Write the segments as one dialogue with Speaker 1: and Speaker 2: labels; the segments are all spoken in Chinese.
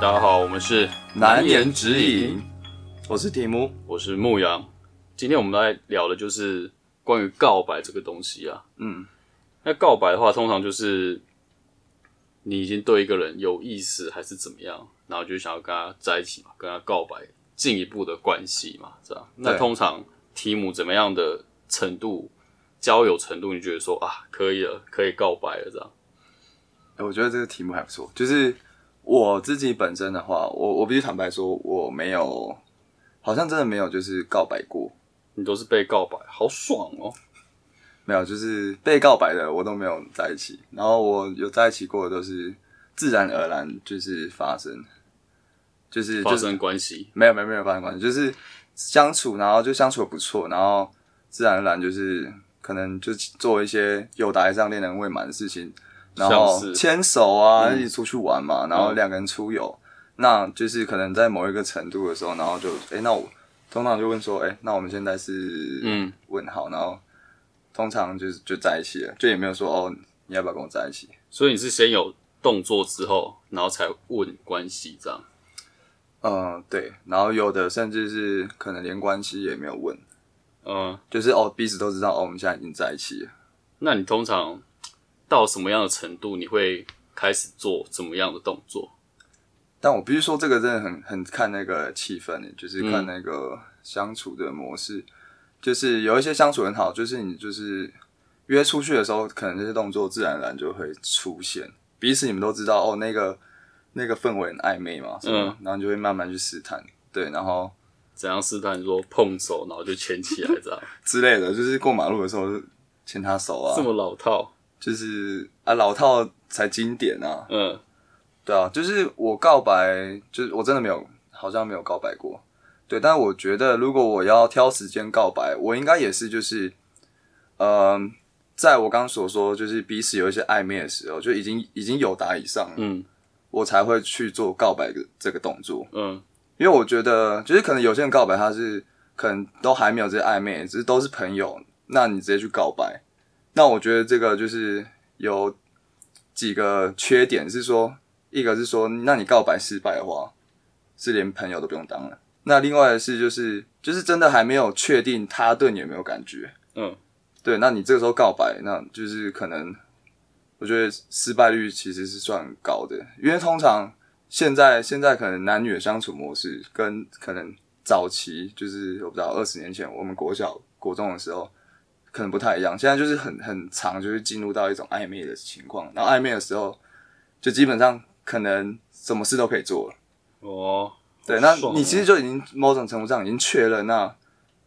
Speaker 1: 大家好，我们是
Speaker 2: 难言之隐，我是提姆。
Speaker 1: 我是牧羊。今天我们来聊的就是关于告白这个东西啊。
Speaker 2: 嗯，
Speaker 1: 那告白的话，通常就是你已经对一个人有意思，还是怎么样，然后就想要跟他在一起嘛，跟他告白，进一步的关系嘛，这样。那
Speaker 2: 对
Speaker 1: 通常提姆怎么样的程度，交友程度，你觉得说啊，可以了，可以告白了这样？
Speaker 2: 哎我觉得这个题目还不错。就是我自己本身的话，我我必须坦白说，我没有，好像真的没有，就是告白过，
Speaker 1: 你都是被告白，好爽哦！
Speaker 2: 没有，就是被告白的我都没有在一起。然后我有在一起过的都是自然而然就是发生，就是
Speaker 1: 发
Speaker 2: 就是
Speaker 1: 生关系，
Speaker 2: 没有没有没有发生关系，就是相处，然后就相处的不错，然后自然而然就是可能就做一些有达以上恋人未满的事情，然
Speaker 1: 像是
Speaker 2: 后牵手啊，
Speaker 1: 嗯
Speaker 2: 一起出去玩嘛，然后
Speaker 1: 嗯
Speaker 2: 两个人出游，那就是可能在某一个程度的时候，然后就哎、诶那我通常就问说，哎、那我们现在是
Speaker 1: 嗯
Speaker 2: 问号，然后通常就是就在一起了，就也没有说哦你要不要跟我在一起，
Speaker 1: 所以你是先有动作之后，然后才问关系这样。
Speaker 2: 嗯对，然后有的甚至是可能连关系也没有问。
Speaker 1: 嗯，
Speaker 2: 就是哦，彼此都知道哦，我们现在已经在一起了。
Speaker 1: 那你通常到什么样的程度，你会开始做怎么样的动作？
Speaker 2: 但我必须说，这个真的很很看那个气氛耶，就是
Speaker 1: 嗯
Speaker 2: 看那个相处的模式。就是有一些相处很好，就是你就是约出去的时候，可能这些动作自然而然就会出现，彼此你们都知道哦，那个那个氛围很暧昧嘛，什
Speaker 1: 嗯
Speaker 2: 么，然后你就会慢慢去试探，对，然后
Speaker 1: 怎样试探说碰手，然后就牵起来 这样？
Speaker 2: 之类的，就是过马路的时候就牵他手啊
Speaker 1: 这，么老套，
Speaker 2: 就是啊老套才经典啊，
Speaker 1: 嗯，
Speaker 2: 对啊，就是我告白，就是我真的没有，好像没有告白过。对，但我觉得如果我要挑时间告白，我应该也是就是，嗯、在我刚所说，就是彼此有一些暧昧的时候，就已经已经有答以上了，
Speaker 1: 嗯
Speaker 2: 我才会去做告白的这个动作。
Speaker 1: 嗯
Speaker 2: 因为我觉得，就是可能有些人告白他是可能都还没有这些暧昧，只是都是朋友，那你直接去告白，那我觉得这个就是有几个缺点是说，一个是说，那你告白失败的话，是连朋友都不用当了。那另外的是就是就是真的还没有确定他对你有没有感觉，
Speaker 1: 嗯，
Speaker 2: 对，那你这个时候告白，那就是可能，我觉得失败率其实是算很高的，因为通常现在现在可能男女的相处模式跟可能早期就是我不知道二十年前我们国小国中的时候可能不太一样，现在就是很很长，就是进入到一种暧昧的情况，然后暧昧的时候就基本上可能什么事都可以做了。
Speaker 1: 哦，
Speaker 2: 对，
Speaker 1: 好
Speaker 2: 那
Speaker 1: 爽哦
Speaker 2: 你其实就已经某种程度上已经确认，那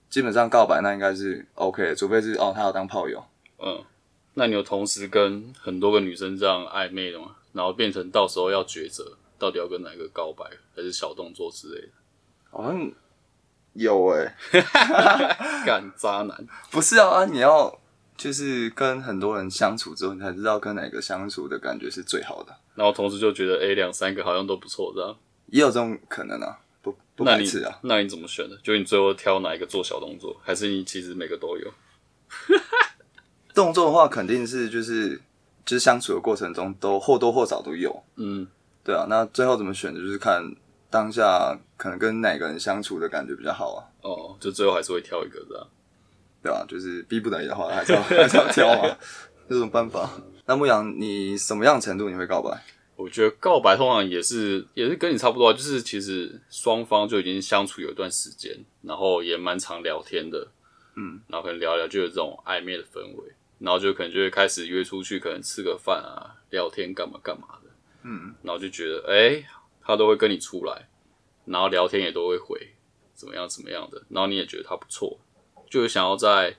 Speaker 2: 基本上告白那应该是 OK 的，除非是哦他要当炮友。
Speaker 1: 嗯，那你有同时跟很多个女生这样暧昧的吗？然后变成到时候要抉择，到底要跟哪一个告白，还是小动作之类的？
Speaker 2: 好像有诶、
Speaker 1: 干渣男，
Speaker 2: 不是啊，啊你要就是跟很多人相处之后，你才知道跟哪个相处的感觉是最好的，
Speaker 1: 然后同时就觉得哎诶，两、三个好像都不错这样。
Speaker 2: 也有这种可能啊，不不
Speaker 1: 那
Speaker 2: 排
Speaker 1: 你
Speaker 2: 斥啊。
Speaker 1: 那你怎么选的？就你最后挑哪一个做小动作，还是你其实每个都有？
Speaker 2: 动作的话，肯定是就是就是相处的过程中都或多或少都有，
Speaker 1: 嗯，
Speaker 2: 对啊。那最后怎么选择，就是看当下可能跟哪个人相处的感觉比较好啊，
Speaker 1: 哦，就最后还是会挑一个这样。
Speaker 2: 对吧、就是逼不得已的话，还是要 还是要挑啊，有什么办法？那牧羊，你什么样程度你会告白？
Speaker 1: 我觉得告白通常也是也是跟你差不多啊，就是其实双方就已经相处有一段时间，然后也蛮常聊天的，
Speaker 2: 嗯，
Speaker 1: 然后可能聊一聊就有这种暧昧的氛围，然后就可能就会开始约出去，可能吃个饭啊，聊天干嘛干嘛的，
Speaker 2: 嗯，
Speaker 1: 然后就觉得诶，他都会跟你出来，然后聊天也都会回，怎么样怎么样的，然后你也觉得他不错，就是想要再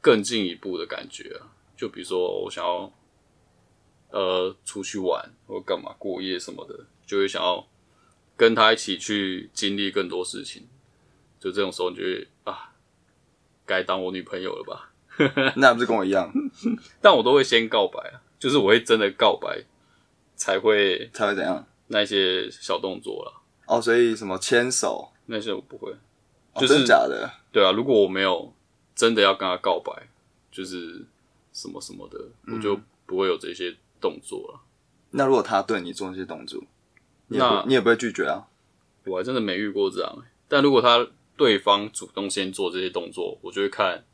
Speaker 1: 更进一步的感觉啊，就比如说我想要呃出去玩或干嘛过夜什么的，就会想要跟他一起去经历更多事情，就这种时候你就会啊，该当我女朋友了吧？
Speaker 2: 那不是跟我一样
Speaker 1: 但我都会先告白啊，就是我会真的告白才会
Speaker 2: 才会怎样？
Speaker 1: 那些小动作啦，
Speaker 2: 哦，所以什么牵手，
Speaker 1: 那些我不会。
Speaker 2: 哦
Speaker 1: 就是
Speaker 2: 真假的？
Speaker 1: 对啊，如果我没有真的要跟他告白，就是什么什么的，我就不会有这些动作了。
Speaker 2: 那如果他对你做那些动作，你也不
Speaker 1: 那
Speaker 2: 你也不会拒绝啊。
Speaker 1: 我还真的没遇过这样、欸但如果他对方主动先做这些动作，我就会看，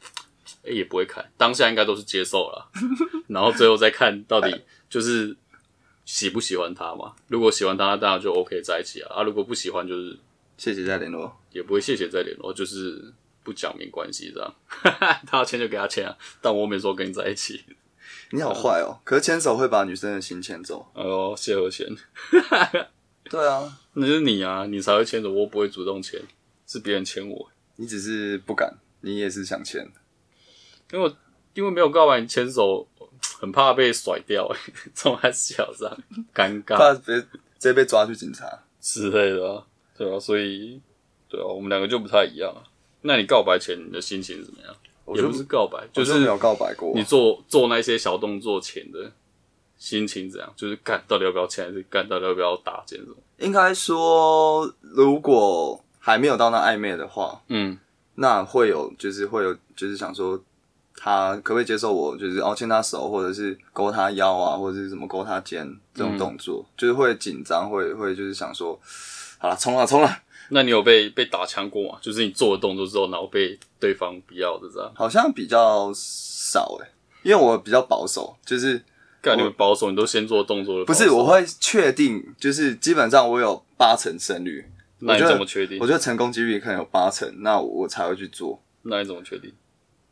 Speaker 1: 哎、也不会看，当下应该都是接受 了，然后最后再看到底就是喜不喜欢他嘛。如果喜欢他，当然就 OK 在一起啊。啊，如果不喜欢，就是
Speaker 2: 谢谢再联络。
Speaker 1: 也不会谢谢再联络，就是不讲明关系这样。 他要签就给他签啊，但我没说跟你在一起。
Speaker 2: 你好坏哦，可是牵手会把女生的心牵走。
Speaker 1: 哎呦，谢和弦，
Speaker 2: 对啊，
Speaker 1: 那就是你啊，你才会牵着我，我不会主动牵，是别人牵我。
Speaker 2: 你只是不敢，你也是想牵。
Speaker 1: 因为我因为没有告白，你牵手很怕被甩掉、 欸，这种还是小伤，尴尬
Speaker 2: 怕别直接被抓去警察。
Speaker 1: 之类的、啊，对啊，所以对啊，我们两个就不太一样、啊。那你告白前你的心情是怎么样？
Speaker 2: 我
Speaker 1: 也
Speaker 2: 就
Speaker 1: 不是告白，
Speaker 2: 我
Speaker 1: 就
Speaker 2: 没
Speaker 1: 是
Speaker 2: 有啊告白过
Speaker 1: 你，做做那些小动作前的心情怎样？就是干到底要不要牵，还是干到底要不要搭肩什么？
Speaker 2: 应该说如果还没有到那暧昧的话，
Speaker 1: 嗯
Speaker 2: 那会有就是会有就是想说他可不可以接受我，就是哦牵他手或者是勾他腰啊，或者是什么勾他肩这种动作，就是会紧张，会会就是想说，好了，冲了冲了，
Speaker 1: 那你有被被打枪过吗？就是你做了动作之后，然后被对方不要的这样，
Speaker 2: 好像比较少诶、欸因为我比较保守，就是
Speaker 1: 干你们保守，你都先做动作了，
Speaker 2: 不
Speaker 1: 保
Speaker 2: 是
Speaker 1: 守
Speaker 2: 我，会确定，就是基本上我有八成胜率，
Speaker 1: 那
Speaker 2: 我觉
Speaker 1: 你
Speaker 2: 得
Speaker 1: 怎么确定
Speaker 2: 我？觉得成功几率可能有八成，那我才会去做。
Speaker 1: 那你怎么确定？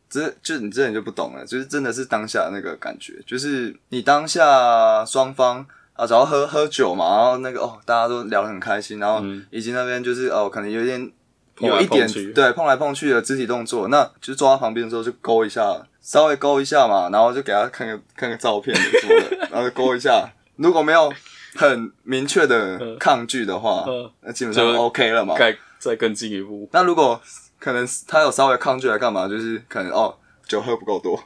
Speaker 2: 这就你这你就不懂了，就是真的是当下那个感觉，就是你当下双方啊，只要喝喝酒嘛，然后那个哦，大家都聊得很开心，然后
Speaker 1: 嗯
Speaker 2: 以及那边就是哦，可能有一点
Speaker 1: 碰来
Speaker 2: 有一点
Speaker 1: 碰去
Speaker 2: 对碰来碰去的肢体动作，那就坐他旁边的时候就勾一下，稍微勾一下嘛，然后就给他看个看个照片什么的，然后就勾一下，如果没有很明确的抗拒的话
Speaker 1: 嗯，
Speaker 2: 那基本上
Speaker 1: 就
Speaker 2: OK 了嘛，
Speaker 1: 再再更进一步，
Speaker 2: 那如果可能他有稍微抗拒来干嘛，就是可能哦酒喝不够多，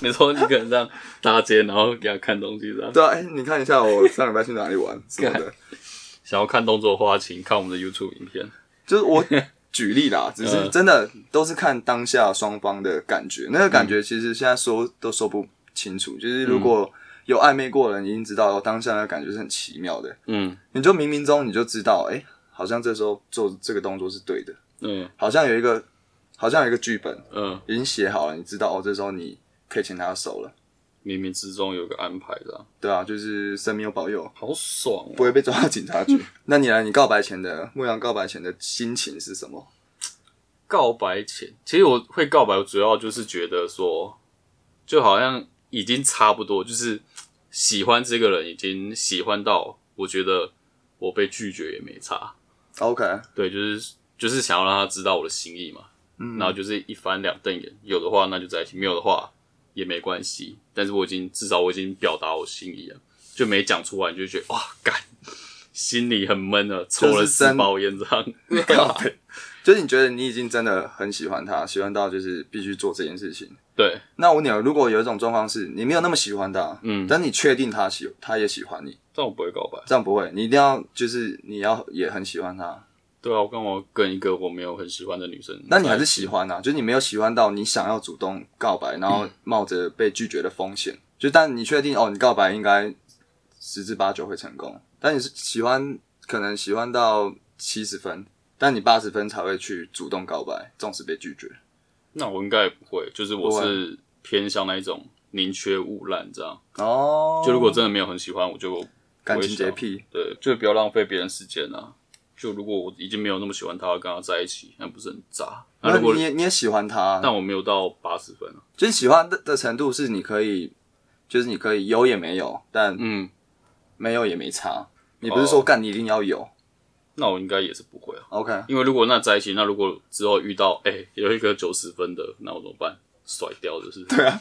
Speaker 1: 你说你可能这样搭肩，然后给他看东西这样，
Speaker 2: 对啊，哎、你看一下我上礼拜去哪里玩什么的，
Speaker 1: 想要看动作的话，请看我们的 YouTube 影片。
Speaker 2: 就是我举例啦，只是
Speaker 1: 嗯
Speaker 2: 真的都是看当下双方的感觉，那个感觉其实现在说都说不清楚，就是如果有暧昧过的人，已经知道当下的感觉是很奇妙的，
Speaker 1: 嗯
Speaker 2: 你就冥冥中你就知道，哎、好像这时候做这个动作是对的，
Speaker 1: 嗯
Speaker 2: 好像有一个好像有一个剧本
Speaker 1: 嗯，
Speaker 2: 已经写好了，你知道哦，这时候你可以牵他的手了。
Speaker 1: 冥冥之中有个安排这样，
Speaker 2: 对啊，就是神明有保佑，
Speaker 1: 好爽
Speaker 2: 不
Speaker 1: 哦！
Speaker 2: 会被抓到警察局。那你来，你告白前的牧羊告白前的心情是什么？
Speaker 1: 告白前，其实我会告白，我主要就是觉得说，就好像已经差不多，就是喜欢这个人已经喜欢到，我觉得我被拒绝也没差。
Speaker 2: OK，
Speaker 1: 对，就是就是想要让他知道我的心意嘛。
Speaker 2: 嗯
Speaker 1: 然后就是一翻两瞪眼，有的话那就在一起，没有的话也没关系。但是我已经至少我已经表达我心意了，就没讲出来，你就觉得哇，干，心里很闷了，抽
Speaker 2: 就
Speaker 1: 了
Speaker 2: 是
Speaker 1: 四
Speaker 2: 真
Speaker 1: 包烟这样。
Speaker 2: 就是你觉得你已经真的很喜欢他，喜欢到就是必须做这件事情。
Speaker 1: 对，
Speaker 2: 那我问你哦，如果有一种状况是你没有那么喜欢他，
Speaker 1: 嗯
Speaker 2: 但你确定他喜，他也喜欢你，
Speaker 1: 但我不会告白。
Speaker 2: 这样不会，你一定要就是你要也很喜欢他，
Speaker 1: 对啊，我跟我跟一个我没有很喜欢的女生，
Speaker 2: 那你还是喜欢啊，就是你没有喜欢到你想要主动告白，然
Speaker 1: 嗯
Speaker 2: 后冒着被拒绝的风险，就但你确定哦，你告白应该十之八九会成功，但你是喜欢可能喜欢到七十分，但你八十分才会去主动告白，纵使被拒绝。
Speaker 1: 那我应该也不会，就是我
Speaker 2: 不会
Speaker 1: 是偏向那一种宁缺毋滥这样。
Speaker 2: 哦，
Speaker 1: 就如果真的没有很喜欢，我就
Speaker 2: 感情洁癖，
Speaker 1: 对，就不要浪费别人时间啊。就如果我已经没有那么喜欢他，跟他在一起，那不是很渣？那
Speaker 2: 那
Speaker 1: 如果
Speaker 2: 你也你也喜欢他，啊
Speaker 1: 但我没有到八十分啊。
Speaker 2: 就是喜欢的的程度是你可以，就是你可以有也没有，但
Speaker 1: 嗯，
Speaker 2: 没有也没差。你不是说
Speaker 1: 哦
Speaker 2: 干你一定要有
Speaker 1: 那我应该也是不会啊，
Speaker 2: ？OK，
Speaker 1: 因为如果那在一起，那如果之后遇到哎、有一个九十分的，那我怎么办？甩掉 就是，
Speaker 2: 对啊，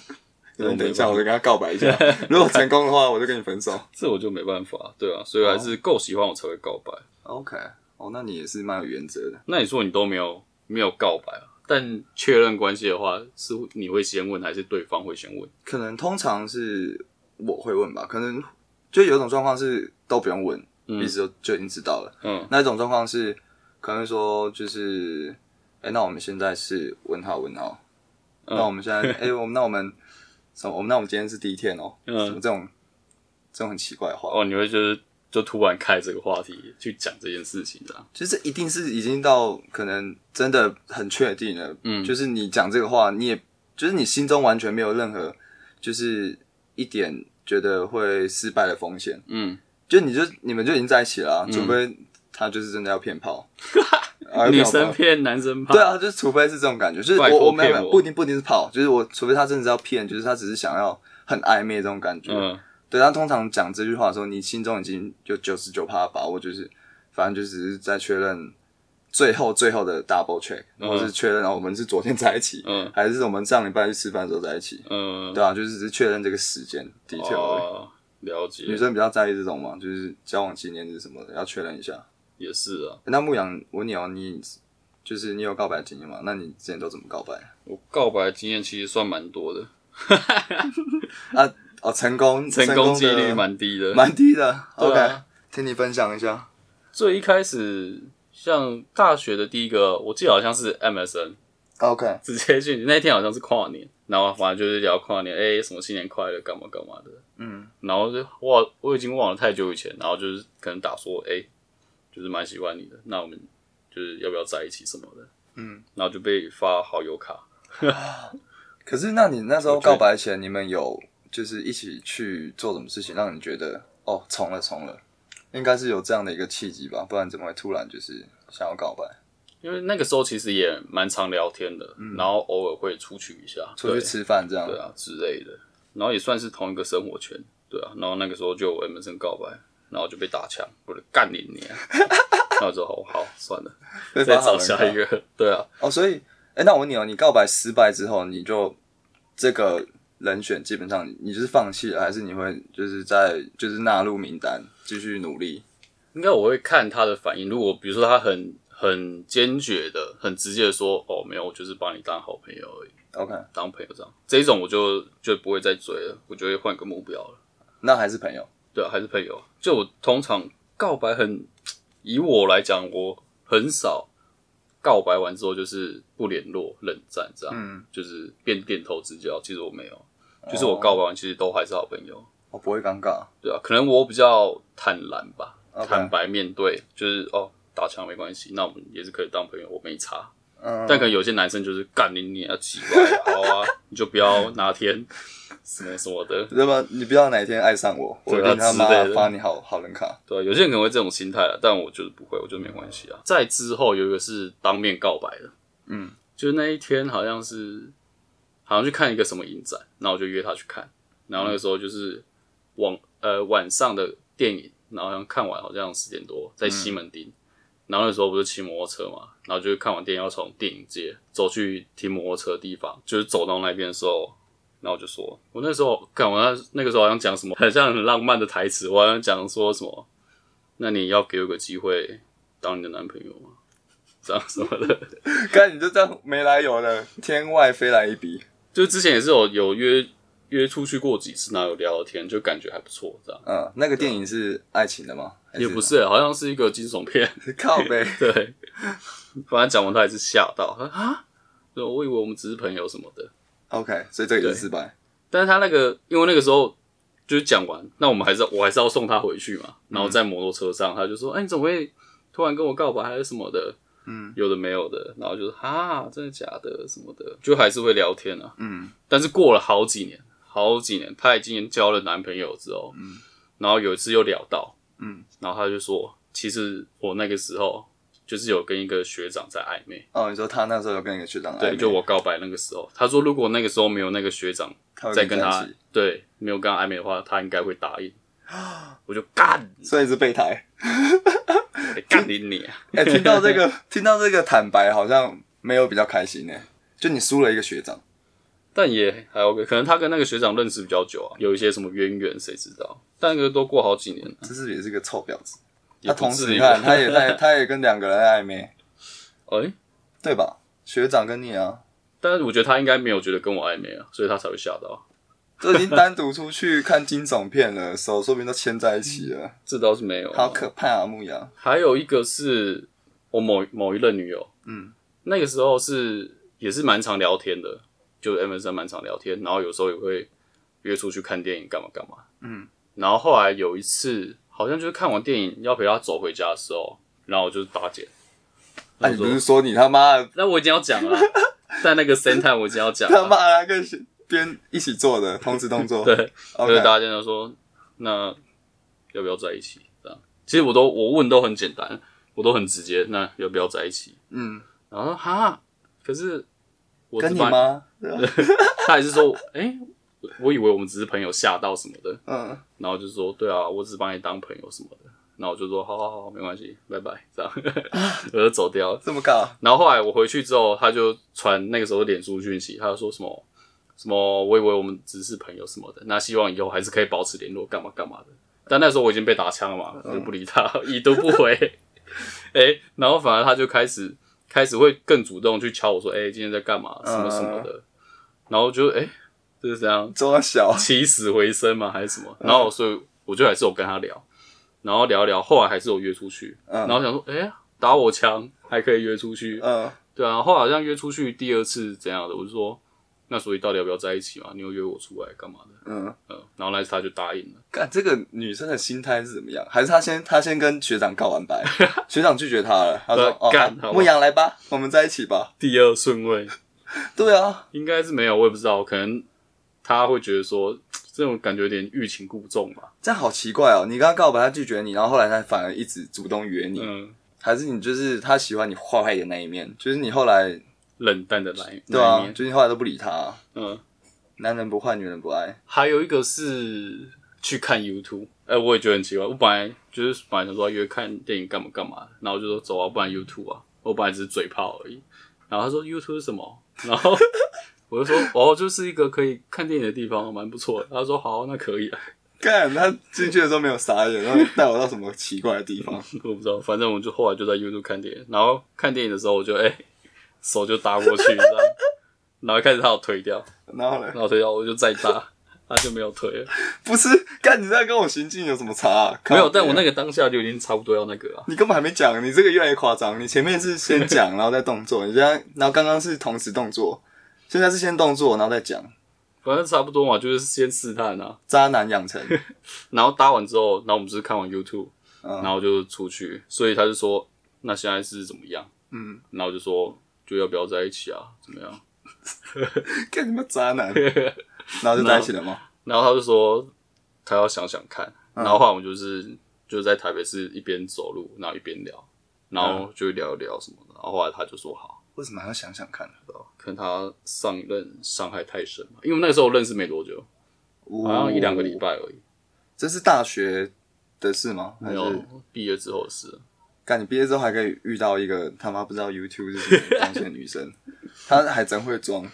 Speaker 1: 那我没办法
Speaker 2: 就跟他告 白一下。如果成功的话，我就跟你分手。
Speaker 1: 这我就没办法，对啊，所以还是够喜欢我才会告白。
Speaker 2: OK，哦，那你也是蛮有原则的。
Speaker 1: 那你说你都没有没有告白啊？但确认关系的话，是你会先问还是对方会先问？
Speaker 2: 可能通常是我会问吧，可能就有一种状况是都不用问，
Speaker 1: 嗯
Speaker 2: 彼此就就已经知道了。
Speaker 1: 嗯
Speaker 2: 那一种状况是可能会说就是，哎、那我们现在是问号问号，
Speaker 1: 嗯
Speaker 2: 那我们现在，哎、我们那我们什么？我们那我们今天是第一天哦，
Speaker 1: 嗯
Speaker 2: 什么这种这种很奇怪的话，
Speaker 1: 哦，你会就是就突然开这个话题去讲这件事情，这啊样
Speaker 2: 其实一定是已经到可能真的很确定了，
Speaker 1: 嗯
Speaker 2: 就是你讲这个话，你也就是你心中完全没有任何就是一点觉得会失败的风险，
Speaker 1: 嗯，
Speaker 2: 就你就你们就已经在一起了啊、除非他就是真的要骗炮， 啊要
Speaker 1: 女
Speaker 2: 骗我
Speaker 1: 生
Speaker 2: 炮
Speaker 1: 骗男生怕，
Speaker 2: 对啊，就是除非是这种感觉，就是
Speaker 1: 拜托
Speaker 2: 我我没有
Speaker 1: 骗
Speaker 2: 没有
Speaker 1: 我
Speaker 2: 不一定不一定是炮，就是我除非他真的是要骗，就是他只是想要很暧昧这种感觉，
Speaker 1: 嗯，
Speaker 2: 对他通常讲这句话的时候，你心中已经有九十九趴把握，就是反正就只是在确认最后最后的 double check，
Speaker 1: 嗯
Speaker 2: 或是确认哦我们是昨天在一起，
Speaker 1: 嗯
Speaker 2: 还是我们上礼拜去吃饭的时候在一起，
Speaker 1: 嗯，
Speaker 2: 对啊，就是只是确认这个时间 detail 而已。
Speaker 1: 哦，了
Speaker 2: 女
Speaker 1: 解，
Speaker 2: 生比较在意这种嘛，就是交往纪念日什么的要确认一下。欸
Speaker 1: 也是啊。
Speaker 2: 那牧羊，我鸟你就是你有告白经验吗？那你之前都怎么告白？
Speaker 1: 我告白经验其实算蛮多的，
Speaker 2: 哦，成功
Speaker 1: 成功几率
Speaker 2: 的
Speaker 1: 蛮低的。
Speaker 2: 蛮低的。
Speaker 1: 对
Speaker 2: OK，、
Speaker 1: 啊
Speaker 2: 听你分享一下。
Speaker 1: 最一开始，像大学的第一个，我记得好像是 MSN，
Speaker 2: OK，
Speaker 1: 直接去那天好像是跨年，然后反正就是聊跨年，哎、什么新年快乐，干嘛干嘛的，
Speaker 2: 嗯，
Speaker 1: 然后就我我已经忘了太久以前，然后就是可能打说，哎、就是蛮喜欢你的，那我们就是要不要在一起什么的，
Speaker 2: 嗯，
Speaker 1: 然后就被发好友卡，
Speaker 2: 可是，那你那时候
Speaker 1: 我觉得
Speaker 2: 告白前，你们有就是一起去做什么事情，让你觉得哦，从了从了，应该是有这样的一个契机吧？不然怎么会突然就是想要告白？
Speaker 1: 因为那个时候其实也蛮常聊天的，然后偶尔会出去一下，
Speaker 2: 嗯出去
Speaker 1: 对
Speaker 2: 吃饭这样
Speaker 1: 对？啊之类的，然后也算是同一个生活圈，对啊，然后那个时候就我们生告白，然后就被打枪，我就干你 你、啊，然后我就好好算了，
Speaker 2: 对
Speaker 1: 再找下一个，对啊，
Speaker 2: 哦。所以，哎、那我问你哦，你告白失败之后，你就这个人选基本上你你就是放弃了，还是你会就是在就是纳入名单继续努力？
Speaker 1: 应该我会看他的反应，如果比如说他很很坚决的、很直接的说，哦，没有，我就是把你当好朋友而已，
Speaker 2: OK，
Speaker 1: 当朋友这样，这一种我就就不会再追了，我就会换个目标了。
Speaker 2: 那还是朋友。
Speaker 1: 对、啊，还是朋友。就我通常告白很，以我来讲，我很少告白完之后就是不联络、冷战这样，
Speaker 2: 嗯，
Speaker 1: 就是变点头之交。其实我没有，就是我告白完其实都还是好朋友。
Speaker 2: 我、哦不会尴尬。
Speaker 1: 对啊，可能我比较坦然吧
Speaker 2: OK
Speaker 1: 坦白面对，就是哦，打枪没关系，那我们也是可以当朋友，我没差。
Speaker 2: 嗯，
Speaker 1: 但可能有些男生就是干你，你也要奇怪，好啊，你就不要哪天什么什么的，
Speaker 2: 那么你不知道哪一天爱上我，我一
Speaker 1: 对啊
Speaker 2: 定他妈
Speaker 1: 之类的
Speaker 2: 发你好好人卡。
Speaker 1: 对，啊有些人可能会这种心态了，但我就是不会，我觉得没关系啊。在之后有一个是当面告白的，
Speaker 2: 嗯，
Speaker 1: 就是那一天好像是好像去看一个什么影展，然后我就约他去看，然后那个时候就是晚呃晚上的电影，然后好像看完好像十点多，在西门町，然后那时候不是骑摩托车嘛，然后就是看完电影要从电影街走去停摩托车的地方，就是走到那边的时候，然后我就说，我那时候看我那那个时候好像讲什么很像很浪漫的台词，我好像讲说什么，那你要给我个机会当你的男朋友吗？这样什么的，
Speaker 2: 看你就这样没来由的天外飞来一笔，
Speaker 1: 就之前也是有有约约出去过几次，然后有聊聊天，就感觉还不错，这样
Speaker 2: 嗯，那个电影是爱情的吗？还
Speaker 1: 也不是、好像是一个惊悚片，
Speaker 2: 是靠背，
Speaker 1: 对，反正讲完他也是吓到，他说啊，对我以为我们只是朋友什么的，
Speaker 2: OK，所以这个也是 失败。
Speaker 1: 但是他那个因为那个时候就是讲完，那我们还是我还是要送他回去嘛，然后在摩托车上他就说，哎、你怎么会突然跟我告白还是什么的，
Speaker 2: 嗯
Speaker 1: 有的没有的，然后就是啊，真的假的什么的，就还是会聊天啊，
Speaker 2: 嗯，
Speaker 1: 但是过了好几年，好几年，她已经交了男朋友之后，嗯，然后有一次又聊到，
Speaker 2: 嗯，
Speaker 1: 然后她就说，其实我那个时候就是有跟一个学长在暧昧，
Speaker 2: 哦，你说他那时候有跟一个学长暧昧
Speaker 1: 对，就我告白那个时候，她说如果那个时候没有那个学长
Speaker 2: 他有
Speaker 1: 在跟
Speaker 2: 他
Speaker 1: 她，对没有跟她暧昧的话，她应该会答应。 我就干，
Speaker 2: 所以是 备胎。
Speaker 1: 欸干你你、啊！
Speaker 2: 哎、听到这个，听到这个坦白，好像没有比较开心呢、就你输了一个学长，
Speaker 1: 但也还 OK，可能她跟那个学长认识比较久啊，有一些什么渊源，谁知道？但那个都过好几年了，
Speaker 2: 这是也是个臭婊子。
Speaker 1: 嗯也
Speaker 2: 他
Speaker 1: 不
Speaker 2: 同
Speaker 1: 至
Speaker 2: 时
Speaker 1: 于
Speaker 2: 你 看，他也 在，他也跟两个人暧昧，
Speaker 1: 哎、
Speaker 2: 对吧？学长跟你啊，
Speaker 1: 但是我觉得他应该没有觉得跟我暧昧啊，所以他才会吓到。
Speaker 2: 都已经单独出去看惊悚片了，手说不定都牵在一起了，
Speaker 1: 这倒是没有、
Speaker 2: 好可怕啊！牧羊，
Speaker 1: 还有一个是我某某一任女友，
Speaker 2: 嗯，
Speaker 1: 那个时候是也是蛮常聊天的，就是 MSN 蛮常聊天，然后有时候也会约出去看电影干嘛干嘛，
Speaker 2: 嗯，
Speaker 1: 然后后来有一次好像就是看完电影要陪她走回家的时候，然后我就打姐，
Speaker 2: 那、哎你不是说你他妈的
Speaker 1: 那我已经要讲了啊， 在那个 same time 我已经要讲
Speaker 2: 他
Speaker 1: 了，啊
Speaker 2: 妈的跟边一起 做的同时动作？
Speaker 1: 对，所以
Speaker 2: ，OK，
Speaker 1: 大家就说，那要不要在一起？这样，其实我都我问都很简单，我都很直接，那要不要在一起？
Speaker 2: 嗯，
Speaker 1: 然后说哈，可是我
Speaker 2: 跟
Speaker 1: 只
Speaker 2: 你
Speaker 1: 把
Speaker 2: 妈，对啊
Speaker 1: 他还是说，哎、我我以为我们只是朋友，吓到什么的，
Speaker 2: 嗯，
Speaker 1: 然后就说，对啊，我只把你当朋友什么的，然后我就说，好好好，没关系，拜拜，这样， 我就走掉了。
Speaker 2: 这么搞，
Speaker 1: 然后后来我回去之后，他就传那个时候的脸书讯息，他就说什么什么，我以为我们只是朋友什么的，那希望以后还是可以保持联络，干嘛干嘛的。但那时候我已经被打枪了嘛，我就不理他， 已读不回。哎、然后反而他就开始开始会更主动去敲我说，哎、今天在干嘛，什么什么的。然后就哎、就是这样
Speaker 2: 这么 啊小，
Speaker 1: 起死回生嘛，还是什么？然后所以我就还是有跟他聊，然后聊一聊，后来还是有约出去。
Speaker 2: 嗯
Speaker 1: 然后想说，哎、打我枪还可以约出去，
Speaker 2: 嗯，
Speaker 1: 对啊，后来好像约出去第二次怎样的，我就说，那所以到底要不要在一起嘛？你又约我出来干嘛的？
Speaker 2: 嗯，
Speaker 1: 嗯，然后那次他就答应了，
Speaker 2: 看这个女生的心态是怎么样？还是她先她先跟学长告 完白，学长拒绝她了，她说
Speaker 1: 呃：“
Speaker 2: 哦，
Speaker 1: 干
Speaker 2: 好
Speaker 1: 好吧
Speaker 2: 牧羊来吧，我们在一起吧。
Speaker 1: 第二顺位”
Speaker 2: 对啊，
Speaker 1: 应该是没有，我也不知道，可能他会觉得说这种感觉有点欲擒故纵吧。
Speaker 2: 这样好奇怪哦！你跟她告白，她拒绝你，然后后来她反而一直主动约你，
Speaker 1: 嗯，
Speaker 2: 还是你就是她喜欢你坏的那一面，就是你后来
Speaker 1: 冷淡的来
Speaker 2: 对
Speaker 1: 那一
Speaker 2: 啊，
Speaker 1: 面
Speaker 2: 就是你后来都不理她、
Speaker 1: 嗯，
Speaker 2: 男人不坏，女人不爱。
Speaker 1: 还有一个是去看 YouTube，哎、我也觉得很奇怪，我本来就是本来想说要约看电影干嘛干嘛的，然后我就说走啊，不然 YouTube 啊，我本来只是嘴炮而已。然后他说 YouTube 是什么？然 后我就说哦，就是一个可以看电影的地方，蛮不错的。他说好，那可以啊。
Speaker 2: 干，他进去的时候没有傻眼，然后带我到什么奇怪的 地方？
Speaker 1: 我不知道，反正我就后来就在 YouTube 看电影，然后看电影的时候我就哎、手就搭过去，这样，然后开始他有推掉，
Speaker 2: 然后呢？
Speaker 1: 然后推掉我就再搭，他就没有推了。
Speaker 2: 不是，干，你这样跟我行径有什么差、啊？
Speaker 1: 没有，
Speaker 2: 靠北啊
Speaker 1: 但我那个当下就已经差不多要那个啊。
Speaker 2: 你根本还没讲，你这个越来越夸张。你前面是 先讲，然后再动作，你现在，然后刚刚是同时动作，现在是先动作，然后再讲。
Speaker 1: 反正差不多嘛，就是先试探啊，
Speaker 2: 渣男养 成，
Speaker 1: 然后搭完之后，然后我们不是看完 YouTube，、
Speaker 2: 嗯
Speaker 1: 然后就出去，所以他就说那现在是怎么样？
Speaker 2: 嗯，
Speaker 1: 然后我就说就要不要在一起啊？怎么样？
Speaker 2: 干什么渣男？然后就在一起了吗？
Speaker 1: 然后他就说他要想想看，
Speaker 2: 嗯
Speaker 1: 然后后来我们就是就在台北市一边走路，然后一边聊，然后就聊一聊什么的，然后后来他就说好。
Speaker 2: 为什么还要想想看？
Speaker 1: 可能他上一任伤害太深嘛，因为那个时候我认识没多久，好像一两个礼
Speaker 2: 拜。
Speaker 1: 拜而已，
Speaker 2: 哦这是大学的事吗？
Speaker 1: 没
Speaker 2: 还是
Speaker 1: 有毕业之后的事了。
Speaker 2: 干你毕业之后还可以遇到一个他妈不知道 YouTube 是什么东西的女生， 她还真 会装，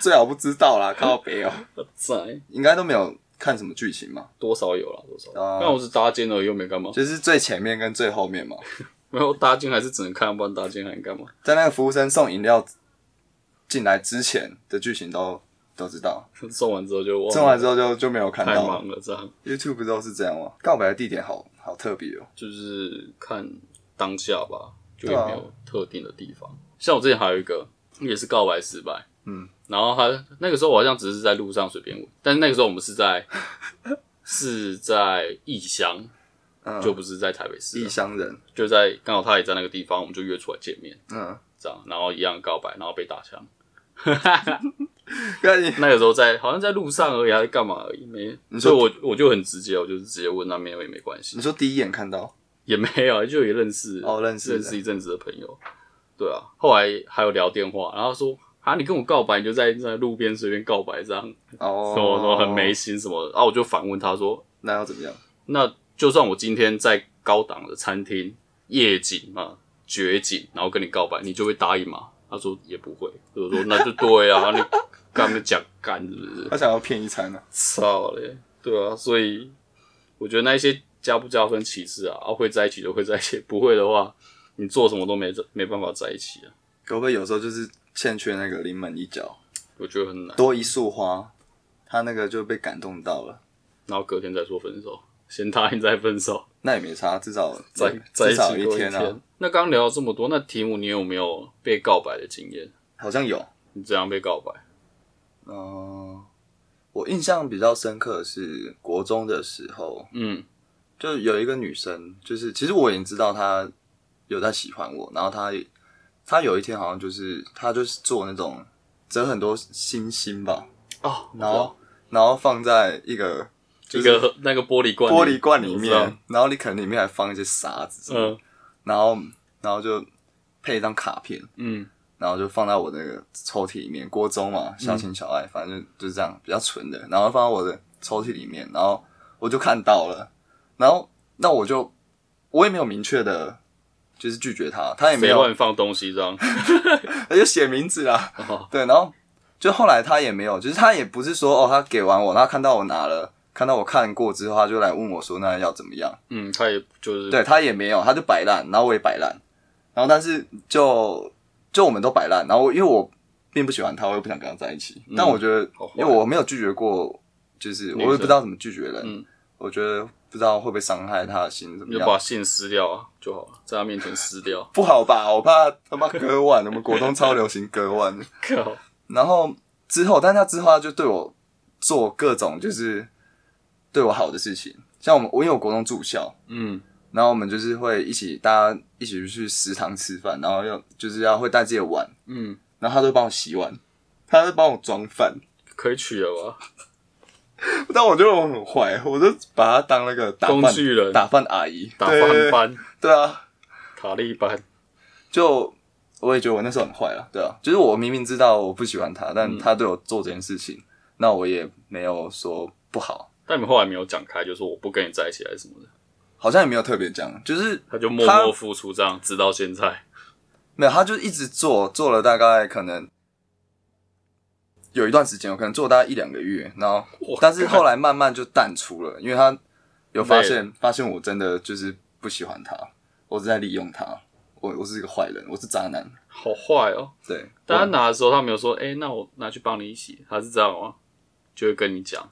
Speaker 2: 最好不知道啦，靠北哦，
Speaker 1: 在
Speaker 2: 应该都没有看什么剧情嘛，
Speaker 1: 多少有啦，多少有，
Speaker 2: 啊
Speaker 1: 但我是搭肩而已，又没干嘛。
Speaker 2: 就是最前面跟最后面嘛，
Speaker 1: 没有搭肩还是只能看，不然搭肩还能干嘛？
Speaker 2: 在那个服务生送饮料进来之前的剧情都都知道，
Speaker 1: 送完之后就忘了，
Speaker 2: 送完之后就就没有看
Speaker 1: 哦太
Speaker 2: 到
Speaker 1: 忙了，这样
Speaker 2: YouTube 不都是这样吗？告白的地点好好特别哦，
Speaker 1: 就是看当下吧，就也
Speaker 2: 对啊
Speaker 1: 没有特定的地方。像我之前还有一个也是告白失败，
Speaker 2: 嗯，
Speaker 1: 然后他那个时候我好像只是在路上随便问，但是那个时候我们是在 是在异乡，
Speaker 2: 嗯，
Speaker 1: 就不是在台北市
Speaker 2: 异
Speaker 1: 了，
Speaker 2: 乡人，
Speaker 1: 就在刚好他也在那个地方，我们就约出来见面，
Speaker 2: 嗯，
Speaker 1: 这样，然后一样告白，然后被打枪。
Speaker 2: 那你
Speaker 1: 那个时候在好像在路上而已，还是干嘛而已，没。
Speaker 2: 你
Speaker 1: 所
Speaker 2: 说
Speaker 1: 以我我就很直接，我就是直接问那边也没关系
Speaker 2: 你，说第一眼看到，
Speaker 1: 也没有， 就也认识
Speaker 2: 哦认识的
Speaker 1: 认识一阵子的朋友，对啊。后来还有聊电话，然后说啊，你跟我告白，你就在在路边随便告白这样，
Speaker 2: 哦，
Speaker 1: 说我说很没，心什么的，然后我就反问他说，
Speaker 2: 那要怎么样？
Speaker 1: 那就算我今天在高档的餐厅夜景嘛绝景，然后跟你告白，你就会答应吗？他说也不会，我说那就对啊，你干嘛讲干是不是？
Speaker 2: 他想要骗一餐呢、啊
Speaker 1: 操嘞，对啊，所以我觉得那一些加不加分其次啊，啊会在一起就会在一起， 不会的话，你做什么都没没办法在一起啊，
Speaker 2: 可不可以有时候就是欠缺那个临门一脚，
Speaker 1: 我觉得很难。
Speaker 2: 多一束花，他那个就被感动到了，
Speaker 1: 然后隔天再说分手，先答应再分手，
Speaker 2: 那也没差，至少
Speaker 1: 再在
Speaker 2: 至
Speaker 1: 一
Speaker 2: 少
Speaker 1: 起
Speaker 2: 有
Speaker 1: 过
Speaker 2: 天啊，
Speaker 1: 那刚刚聊了这么多，那题目你有没有被告白的经验？
Speaker 2: 好像有。
Speaker 1: 你怎样被告白？
Speaker 2: 嗯、我印象比较深刻的是国中的时候，
Speaker 1: 嗯，
Speaker 2: 就有一个女生，就是其实我已经知道她有在喜欢我，然后她也她有一天好像就是她就是做那种折很多星星吧，
Speaker 1: 哦，
Speaker 2: 然后然后放在一个
Speaker 1: 一个那个玻璃罐，
Speaker 2: 玻璃罐里
Speaker 1: 我知道
Speaker 2: 面，然后你可能里面还放一些沙子，
Speaker 1: 嗯
Speaker 2: 然后然后就配一张卡片，
Speaker 1: 嗯，
Speaker 2: 然后就放在我的那个抽屉里面，锅中嘛，小情小爱，反正就就是这样，比较纯的。然后放在我的抽屉里面，然后我就看到了，然后那我就我也没有明确的，就是拒绝他，他也没
Speaker 1: 谁
Speaker 2: 有，
Speaker 1: 乱放东西这样？
Speaker 2: 他就写名字啦，
Speaker 1: 哦
Speaker 2: 对，然后就后来他也没有，就是他也不是说哦，他给完我，他看到我拿了，看到我看过之后，他就来问我说那要怎么样。
Speaker 1: 嗯，他也就是
Speaker 2: 对他也没有，他就摆烂，然后我也摆烂，然后但是就就我们都摆烂，然后我因为我并不喜欢他，我也不想跟他在一起，但我觉得
Speaker 1: 嗯好坏啊
Speaker 2: 因为我没有拒绝过，就是我也
Speaker 1: 女
Speaker 2: 不
Speaker 1: 生
Speaker 2: 知道怎么拒绝人，
Speaker 1: 嗯
Speaker 2: 我觉得不知道会不会伤害他的心怎
Speaker 1: 你
Speaker 2: 么
Speaker 1: 就
Speaker 2: 样。
Speaker 1: 把信撕掉啊就好了，在他面前撕掉。
Speaker 2: 不好吧？我怕他妈割腕，我们国中超流行割 腕。
Speaker 1: 靠，
Speaker 2: 然后之后，但他之后他就对我做各种就是对我好的事情，像我们我因为我国中住校，
Speaker 1: 嗯，
Speaker 2: 然后我们就是会一起，大家一起去食堂吃饭，然后要就是要会带自己的碗，
Speaker 1: 嗯，
Speaker 2: 然后他都会帮我洗碗，他会帮我装饭，
Speaker 1: 可以取了吧？
Speaker 2: 但我觉得我很坏，我就把他当那个打饭
Speaker 1: 工具人
Speaker 2: 打饭阿姨，
Speaker 1: 打饭，
Speaker 2: 对
Speaker 1: 班、
Speaker 2: 对啊，
Speaker 1: 塔利班，
Speaker 2: 就我也觉得我那时候很坏了，对啊，就是我明明知道我不喜欢他，
Speaker 1: 嗯
Speaker 2: 但他对我做这件事情，那我也没有说不好，
Speaker 1: 但你们后来没有讲开，就说我不跟你在一起还是什么的，
Speaker 2: 好像也没有特别讲，就是
Speaker 1: 他就默默付出这样，直到现在。
Speaker 2: 没有，他就一直做，做了大概可能有一段时间，我可能做大概一两个月，然后
Speaker 1: 我
Speaker 2: 但是后来慢慢就淡出了，因为他有发现，发现我真的就是不喜欢他，我是在利用他，我我是一个坏人，我是渣男，
Speaker 1: 好坏哦！
Speaker 2: 对，
Speaker 1: 但他拿的时候，他没有说，
Speaker 2: 嗯
Speaker 1: 哎、那我拿去帮你一起，他是这样吗？就会跟你讲，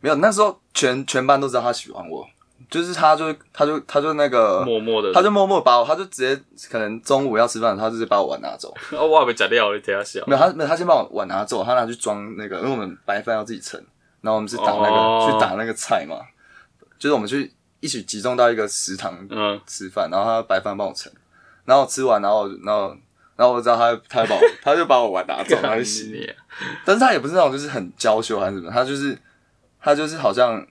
Speaker 2: 没有，那时候全全班都知道他喜欢我，就是他就他就他就那个。
Speaker 1: 默默的，
Speaker 2: 他就默默把我，他就直接可能中午要吃饭，他就是把我碗拿走。
Speaker 1: 哦，我还没讲掉，你等一下笑。
Speaker 2: 没有，他没有，他先把我碗拿走，他拿去装那个，因为我们白饭要自己盛，然后我们是打那个、
Speaker 1: 哦
Speaker 2: 去打那个菜嘛，就是我们去一起集中到一个食堂
Speaker 1: 嗯，
Speaker 2: 吃饭，然后他白饭帮我盛，然后我吃完，然后我然后然后我知道他他 会把我他就把我碗拿走，然后就洗，
Speaker 1: 你
Speaker 2: 但是他也不是那种就是很娇羞还是什么，他就是他就是好像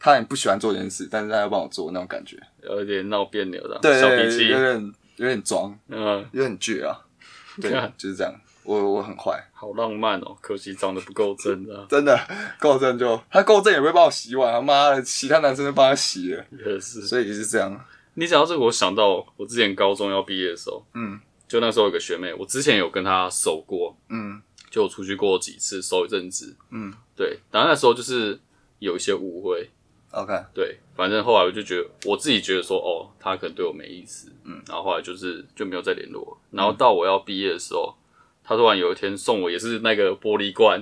Speaker 2: 他很不喜欢做这件事，但是他要帮我做那种感觉，
Speaker 1: 有点闹别扭的，
Speaker 2: 对，
Speaker 1: 小
Speaker 2: 对
Speaker 1: 脾
Speaker 2: 对
Speaker 1: 气
Speaker 2: 有，点有点装，
Speaker 1: 嗯，
Speaker 2: 有点倔啊， 对
Speaker 1: 看，
Speaker 2: 就是这样，我我很坏。
Speaker 1: 好浪漫哦，可惜长得不够真啊，
Speaker 2: 真的够正就他够正也会帮我洗碗，他妈的，其他男生都帮他洗了，
Speaker 1: 也是。
Speaker 2: 所以也是这样。
Speaker 1: 你讲到这个，我想到我之前高中要毕业的时候，
Speaker 2: 嗯，
Speaker 1: 就那时候有个学妹，我之前有跟她熟过，
Speaker 2: 嗯
Speaker 1: 就有出去过几次，熟一阵子，
Speaker 2: 嗯
Speaker 1: 对。然后那时候就是有一些误会，
Speaker 2: ，OK，
Speaker 1: 对，反正后来我就觉得，我自己觉得说，哦，他可能对我没意思，嗯，然后后来就是就没有再联络了。然后到我要毕业的时候，他突然有一天送我也是那个玻璃 罐，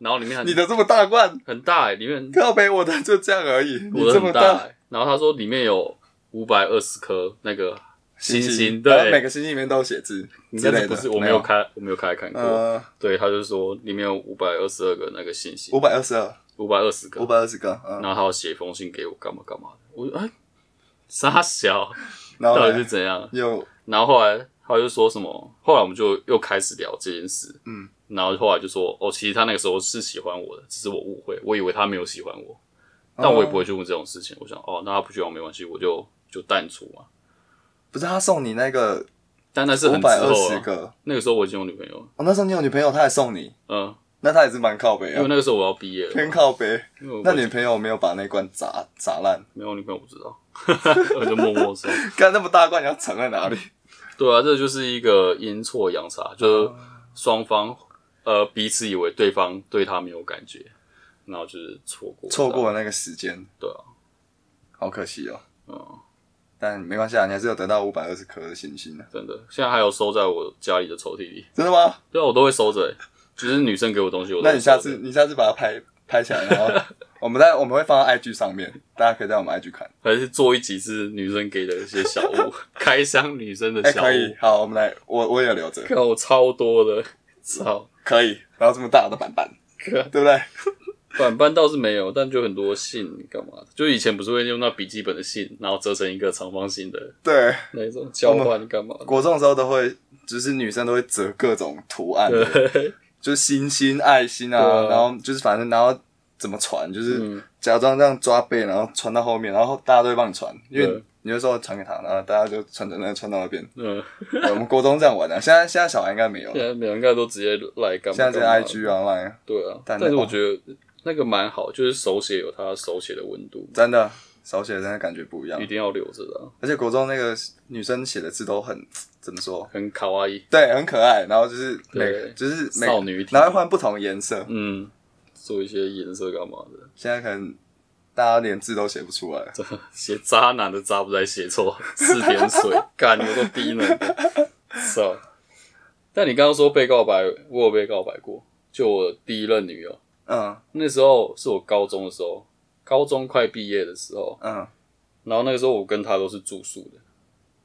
Speaker 1: 然后里面很
Speaker 2: 你的这么大罐，
Speaker 1: 很大、欸，里面
Speaker 2: 靠北我的就这样而已，你
Speaker 1: 我的
Speaker 2: 这
Speaker 1: 很
Speaker 2: 么
Speaker 1: 大、欸，然后他说里面有五百二十颗那个星星，
Speaker 2: 然后每
Speaker 1: 对，
Speaker 2: 个星星里面都有写字
Speaker 1: 你
Speaker 2: 之
Speaker 1: 那
Speaker 2: 类
Speaker 1: 是
Speaker 2: 的，
Speaker 1: 不是我
Speaker 2: 没
Speaker 1: 没有，开我没有开来看过，
Speaker 2: 呃，
Speaker 1: 对，他就说里面有五百二十二个那个星星，
Speaker 2: 五百二十二，
Speaker 1: 五百二十
Speaker 2: 五
Speaker 1: 个，
Speaker 2: 百二十个，嗯，
Speaker 1: 然后他要写一封信给我干嘛干嘛的，我就哎、傻小，
Speaker 2: 然后
Speaker 1: 到底
Speaker 2: 嘞
Speaker 1: 是怎样？
Speaker 2: 有
Speaker 1: 然后后来他就说什么，后来我们就又开始聊这件事，
Speaker 2: 嗯，
Speaker 1: 然后后来就说，哦，其实他那个时候是喜欢我的，只是我误会，我以为他没有喜欢
Speaker 2: 哦
Speaker 1: 我，但我也不会去问这种事情。我想，哦，那他不喜欢我没关系，我就就淡出嘛。
Speaker 2: 不是他送你那个
Speaker 1: 但那是
Speaker 2: 五
Speaker 1: 很之啊
Speaker 2: 百二
Speaker 1: 后
Speaker 2: 十
Speaker 1: 了，
Speaker 2: 个，
Speaker 1: 那个时候我已经有女朋友了，
Speaker 2: 哦，那时候你有女朋友，他还送你，
Speaker 1: 嗯，
Speaker 2: 那他也是蛮靠北
Speaker 1: 因为
Speaker 2: 啊，
Speaker 1: 那个时候我要毕业了，
Speaker 2: 偏靠北。
Speaker 1: 因为我
Speaker 2: 那女朋友没有把那罐砸砸烂，
Speaker 1: 没有女朋友，我不知道， 我就默默说，
Speaker 2: 干那么大罐，你要藏在哪里？
Speaker 1: 对啊，这就是一个阴错阳
Speaker 2: 啊
Speaker 1: 差，就是双方呃彼此以为对方对他没有感觉，然后就是错过，
Speaker 2: 错过了那个时间，
Speaker 1: 对啊，
Speaker 2: 好可惜哦。
Speaker 1: 嗯，
Speaker 2: 但没关系啊，你还是有得到五百二十颗的星星的、啊
Speaker 1: 真的，现在还有收在我家里的抽屉里，
Speaker 2: 真的吗？
Speaker 1: 对啊，我都会收着、欸，就是女生给我东西，我都
Speaker 2: 那
Speaker 1: 会
Speaker 2: 你下
Speaker 1: 收着
Speaker 2: 次你下次把它拍拍起来，然后我们在我们会放到 IG 上面，大家可以在我们 IG 看。
Speaker 1: 还是做一集是女生给的一些小 物，开箱女生
Speaker 2: 哎、
Speaker 1: 的小
Speaker 2: 可
Speaker 1: 物
Speaker 2: 以，，好，我们来，我我也留着，
Speaker 1: 看我超多的，操，
Speaker 2: 可以。然后这么大的板板，对不对？
Speaker 1: 反班倒是没有，但就很多信干嘛的？就以前不是会用到笔记本的信，然后折成一个长方形的
Speaker 2: 对，
Speaker 1: 那种交换干嘛的？
Speaker 2: 国中的时候都会，就是女生都会折各种图案的，
Speaker 1: 对，
Speaker 2: 就是星星、爱心啊，
Speaker 1: 对啊
Speaker 2: 然后就是反正然后怎么传，就是
Speaker 1: 嗯
Speaker 2: 假装这样抓背，然后传到后面，然后大家都会帮你传，因为
Speaker 1: 对
Speaker 2: 你就说传给他，然后大家就传传传传到那边。
Speaker 1: 嗯，
Speaker 2: 对我们国中这样玩的、啊 现在现在小孩应该没有
Speaker 1: 现
Speaker 2: 了，
Speaker 1: 在每个人应该都直接来干嘛？
Speaker 2: 现在这
Speaker 1: 干嘛的
Speaker 2: IG 啊 Line
Speaker 1: 对啊，
Speaker 2: 但
Speaker 1: 但
Speaker 2: 那
Speaker 1: 是我觉得那个蛮好，就是手写有它手写的温度，
Speaker 2: 真的手写真的感觉不一样
Speaker 1: 一，定要留着的啊、
Speaker 2: 而且国中那个女生写的字都很怎么说？
Speaker 1: 很卡哇伊。
Speaker 2: 对，很可爱，然后就是每
Speaker 1: 对
Speaker 2: 就是每
Speaker 1: 少女体
Speaker 2: 然后会换不同颜色，
Speaker 1: 嗯，做一些颜色干嘛的，
Speaker 2: 现在可能大家连字都写不出来了。
Speaker 1: 写渣男的渣不在写错， 四点水，干我都低能的，操！但你刚刚说被告白，我有被告白过，就我第一任女友，
Speaker 2: 嗯
Speaker 1: 那时候是我高中的时候，高中快毕业的时候，
Speaker 2: 嗯
Speaker 1: 然后那个时候我跟她都是住宿的，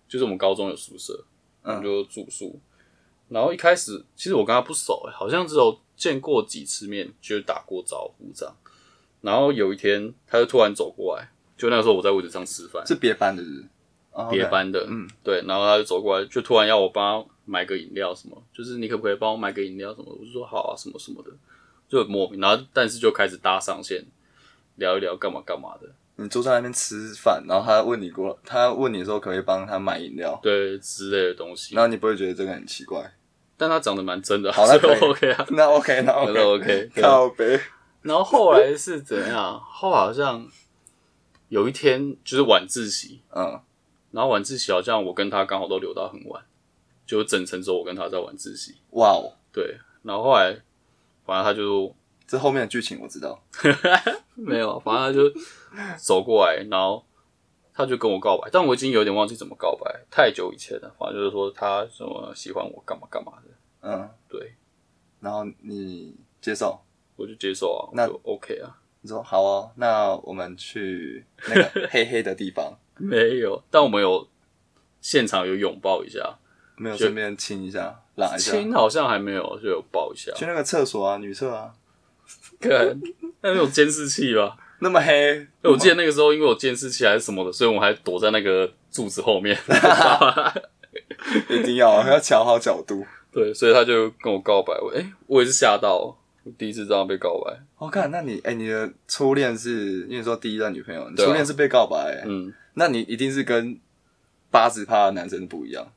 Speaker 1: 就是我们高中有宿舍，我们
Speaker 2: 嗯
Speaker 1: 就住宿。然后一开始其实我跟她不熟、欸，好像只有见过几次面，就是打过招呼这样。然后有一天，她就突然走过来，就那个时候我在位置上吃饭，
Speaker 2: 是别班的日，哦
Speaker 1: 别
Speaker 2: OK
Speaker 1: 班的，
Speaker 2: 嗯，
Speaker 1: 对，然后他就走过来，就突然要我帮他买个饮料什么，就是你可不可以帮我买个饮料什么？我就说好啊，什么什么的，就很莫名。然后但是就开始搭上线，聊一聊干嘛干嘛的，
Speaker 2: 你坐在那边吃饭，然后他问你过，他问你说可不可以帮他买饮料，
Speaker 1: 对之类的东西
Speaker 2: 然。后你不会觉得这个很奇怪？
Speaker 1: 但他长得蛮真的啊，
Speaker 2: 好那
Speaker 1: 所以
Speaker 2: 可以
Speaker 1: OK 啊。
Speaker 2: 那 OK，那
Speaker 1: 那
Speaker 2: OK，,
Speaker 1: 就 OK，对
Speaker 2: 靠北，
Speaker 1: 然后后来是怎样？后来好像有一天就是晚自习，
Speaker 2: 嗯
Speaker 1: 然后晚自习好像我跟他刚好都留到很晚，就整层走我跟他在晚自习。
Speaker 2: 哇哦，
Speaker 1: 对，然后后来反正他就
Speaker 2: 这后面的剧情我知道，
Speaker 1: 没有，啊反正他就走过来，然后他就跟我告白，但我已经有点忘记怎么告白，太久以前了。反正就是说他什么喜欢我干嘛干嘛的，
Speaker 2: 嗯，
Speaker 1: 对
Speaker 2: 然后你接受，
Speaker 1: 我就接受啊，
Speaker 2: 那
Speaker 1: 我就 OK 啊，
Speaker 2: 你说好哦，那我们去那个黑黑的地方，
Speaker 1: 没有，但我们有现场有拥抱一下，
Speaker 2: 没 有顺便亲一下，拉一下，
Speaker 1: 亲好像还没有，就有抱一下，
Speaker 2: 去那个厕所啊，女厕啊，
Speaker 1: 看那有监视器 吧。
Speaker 2: 那 么黑，
Speaker 1: 我记得那个时候，因为有监视器还是什么的，所以我们还躲在那个柱子后 面。
Speaker 2: 一定要要瞧好角度。
Speaker 1: 对，所以他就跟我告白，我哎、我也是吓到，我第一次这样被告白。
Speaker 2: 我、看，那你哎、你的初恋是，因为你说第一任女朋友，你
Speaker 1: 对啊
Speaker 2: 初恋是被告白、欸
Speaker 1: 嗯，
Speaker 2: 那你一定是跟八十趴的男生不一样。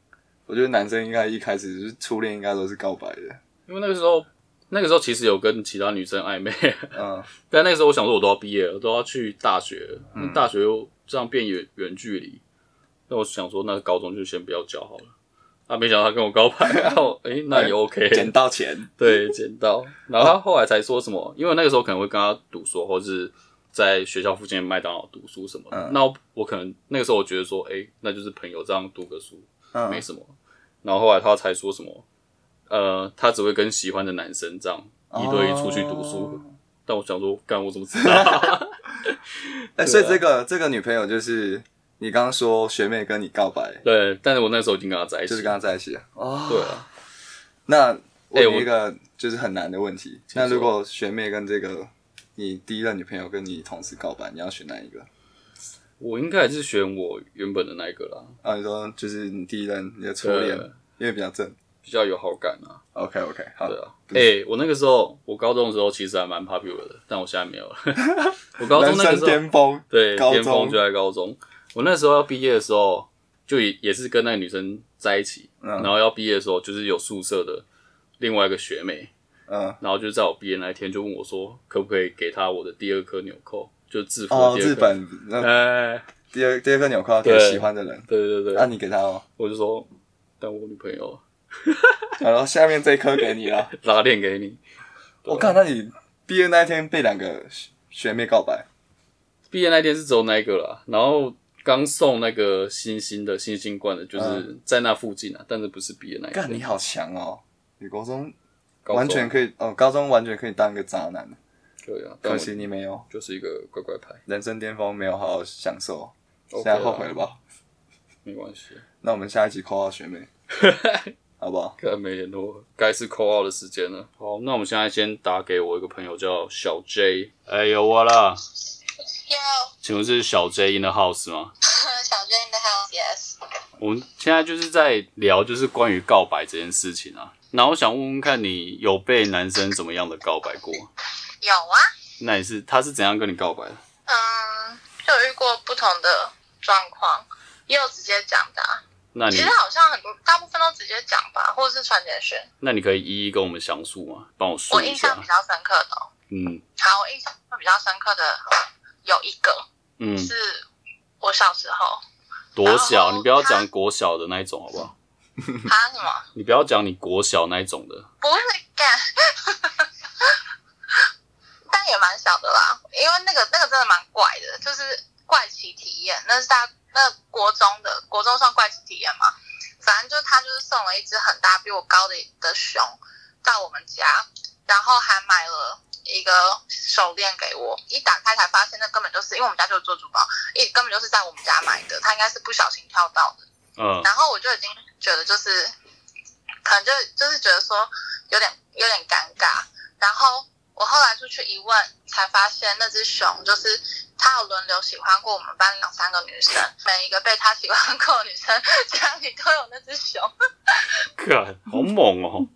Speaker 2: 我觉得男生应该一开始就是初恋，应该都是告白的。
Speaker 1: 因为那个时候，那个时候其实有跟其他女生暧昧，
Speaker 2: 嗯，
Speaker 1: 但那个时候我想说，我都要毕业了，都要去大学了，那大学又这样变远远距离，那我想说，那高中就先不要交好了。啊，没想到他跟我告白，然后诶、那也 OK，
Speaker 2: 捡到钱，
Speaker 1: 对，捡到。然后他后来才说什么，因为那个时候可能会跟他赌说，或是在学校附近的麦当劳读书什么的。
Speaker 2: 嗯
Speaker 1: 那我我可能那个时候我觉得说，诶、那就是朋友这样读个书，
Speaker 2: 嗯
Speaker 1: 没什么。然后后来他才说什么，呃，他只会跟喜欢的男生这样一对一出去读
Speaker 2: 哦
Speaker 1: 书。但我想说，干我怎么知道？
Speaker 2: 哎、
Speaker 1: 啊
Speaker 2: 所以这个这个女朋友就是你刚刚说学妹跟你告白，
Speaker 1: 对，但是我那时候已经跟他在一起，
Speaker 2: 就是跟她在一起哦。
Speaker 1: 对啊，
Speaker 2: 那我
Speaker 1: 哎
Speaker 2: 有
Speaker 1: 我
Speaker 2: 一个就是很难的问题。
Speaker 1: 请
Speaker 2: 那
Speaker 1: 说
Speaker 2: 如果学妹跟这个你第一任女朋友跟你同时告白，你要选哪一个？
Speaker 1: 我应该还是选我原本的那一个啦，
Speaker 2: 啊，你说就是你第一任你的初
Speaker 1: 对
Speaker 2: 恋，因为比较正。
Speaker 1: 比较有好感啊。
Speaker 2: OK OK，好
Speaker 1: 对，啊，哎、我那个时候，我高中的时候其实还蛮 popular 的，但我现在没有 了。我高
Speaker 2: 人
Speaker 1: 中那个
Speaker 2: 生
Speaker 1: 时候，
Speaker 2: 巅峰，
Speaker 1: 对，
Speaker 2: 高
Speaker 1: 巅峰
Speaker 2: 中
Speaker 1: 就在高中。我那时候要毕业的时候，就也也是跟那个女生在一起，
Speaker 2: 嗯
Speaker 1: 然后要毕业的时候，就是有宿舍的另外一个学妹，
Speaker 2: 嗯，
Speaker 1: 然后就在我毕业那一天就问我说，可不可以给她我的第二颗纽扣，就制服的
Speaker 2: 哦，
Speaker 1: 第
Speaker 2: 日
Speaker 1: 二颗。
Speaker 2: 本那
Speaker 1: 哎、
Speaker 2: 第二第二个纽扣要给
Speaker 1: 对
Speaker 2: 喜欢的人，
Speaker 1: 对对对，
Speaker 2: 那、你给他哦，
Speaker 1: 我就说，但我女朋友
Speaker 2: 然后下面这一颗给你了。
Speaker 1: 拉链给你。
Speaker 2: 我看，那你毕业那一天被两个学学妹告白，
Speaker 1: 毕业那天是只有那一个啦，然后刚送那个星星的星星罐的，就是在那附近啊，但是不是毕业那一
Speaker 2: 干
Speaker 1: 天。
Speaker 2: 你好强哦！你高中
Speaker 1: 高中
Speaker 2: 完全可以哦，高中完全可以当个渣男，
Speaker 1: 对啊，但
Speaker 2: 可
Speaker 1: 我
Speaker 2: 惜你没有，
Speaker 1: 就是一个乖乖牌，
Speaker 2: 人生巅峰没有好好享受，现
Speaker 1: OK 啊
Speaker 2: 在后悔了吧？
Speaker 1: 没关系。
Speaker 2: 那我们下一集 call 到学妹，好不好？
Speaker 1: 看没联络，该是扣号的时间了。好，那我们现在先打给我一个朋友叫小 J，哎、有我了，
Speaker 3: Yo，
Speaker 1: 请问是小 J in the house 吗？
Speaker 3: 小娟的 house yes。
Speaker 1: 我们现在就是在聊，就是关于告白这件事情啊。然后我想问问看你有被男生怎么样的告白过？
Speaker 3: 有啊，
Speaker 1: 那你是他是怎样跟你告白的？
Speaker 3: 嗯，就有遇过不同的状况，也有直接讲的、啊。
Speaker 1: 那你
Speaker 3: 其实好像很多大部分都直接讲吧，或者是传简讯。
Speaker 1: 那你可以一一跟我们详述吗？帮我述
Speaker 3: 我
Speaker 1: 一
Speaker 3: 印象
Speaker 1: 下
Speaker 3: 比。较深刻的、哦，
Speaker 1: 嗯
Speaker 3: 好，我印象比较深刻的有一个
Speaker 1: 嗯，
Speaker 3: 是我小时候，
Speaker 1: 多小？
Speaker 3: 然后
Speaker 1: 你不要讲
Speaker 3: 他
Speaker 1: 国小的那一种好不好？嗯
Speaker 3: 他什么
Speaker 1: 你不要讲你国小那一种的。
Speaker 3: 不是干， 但也蛮小的啦，因为那个那个真的蛮怪的，就是怪奇体验，那是大那国中的国中算怪奇体验嘛，反正就是他就是送了一只很大比我高的的熊到我们家，然后还买了。一个手链给我，一打开才发现那根本就是因为我们家就是做珠宝，一根本就是在我们家买的，他应该是不小心跳到的。
Speaker 1: 嗯
Speaker 3: 然后我就已经觉得就是，可能就就是觉得说有点有点尴尬。然后我后来出去一问，才发现那只熊就是它有轮流喜欢过我们班两三个女生，每一个被它喜欢过的女生家里都有那只熊，
Speaker 1: 看，好猛哦！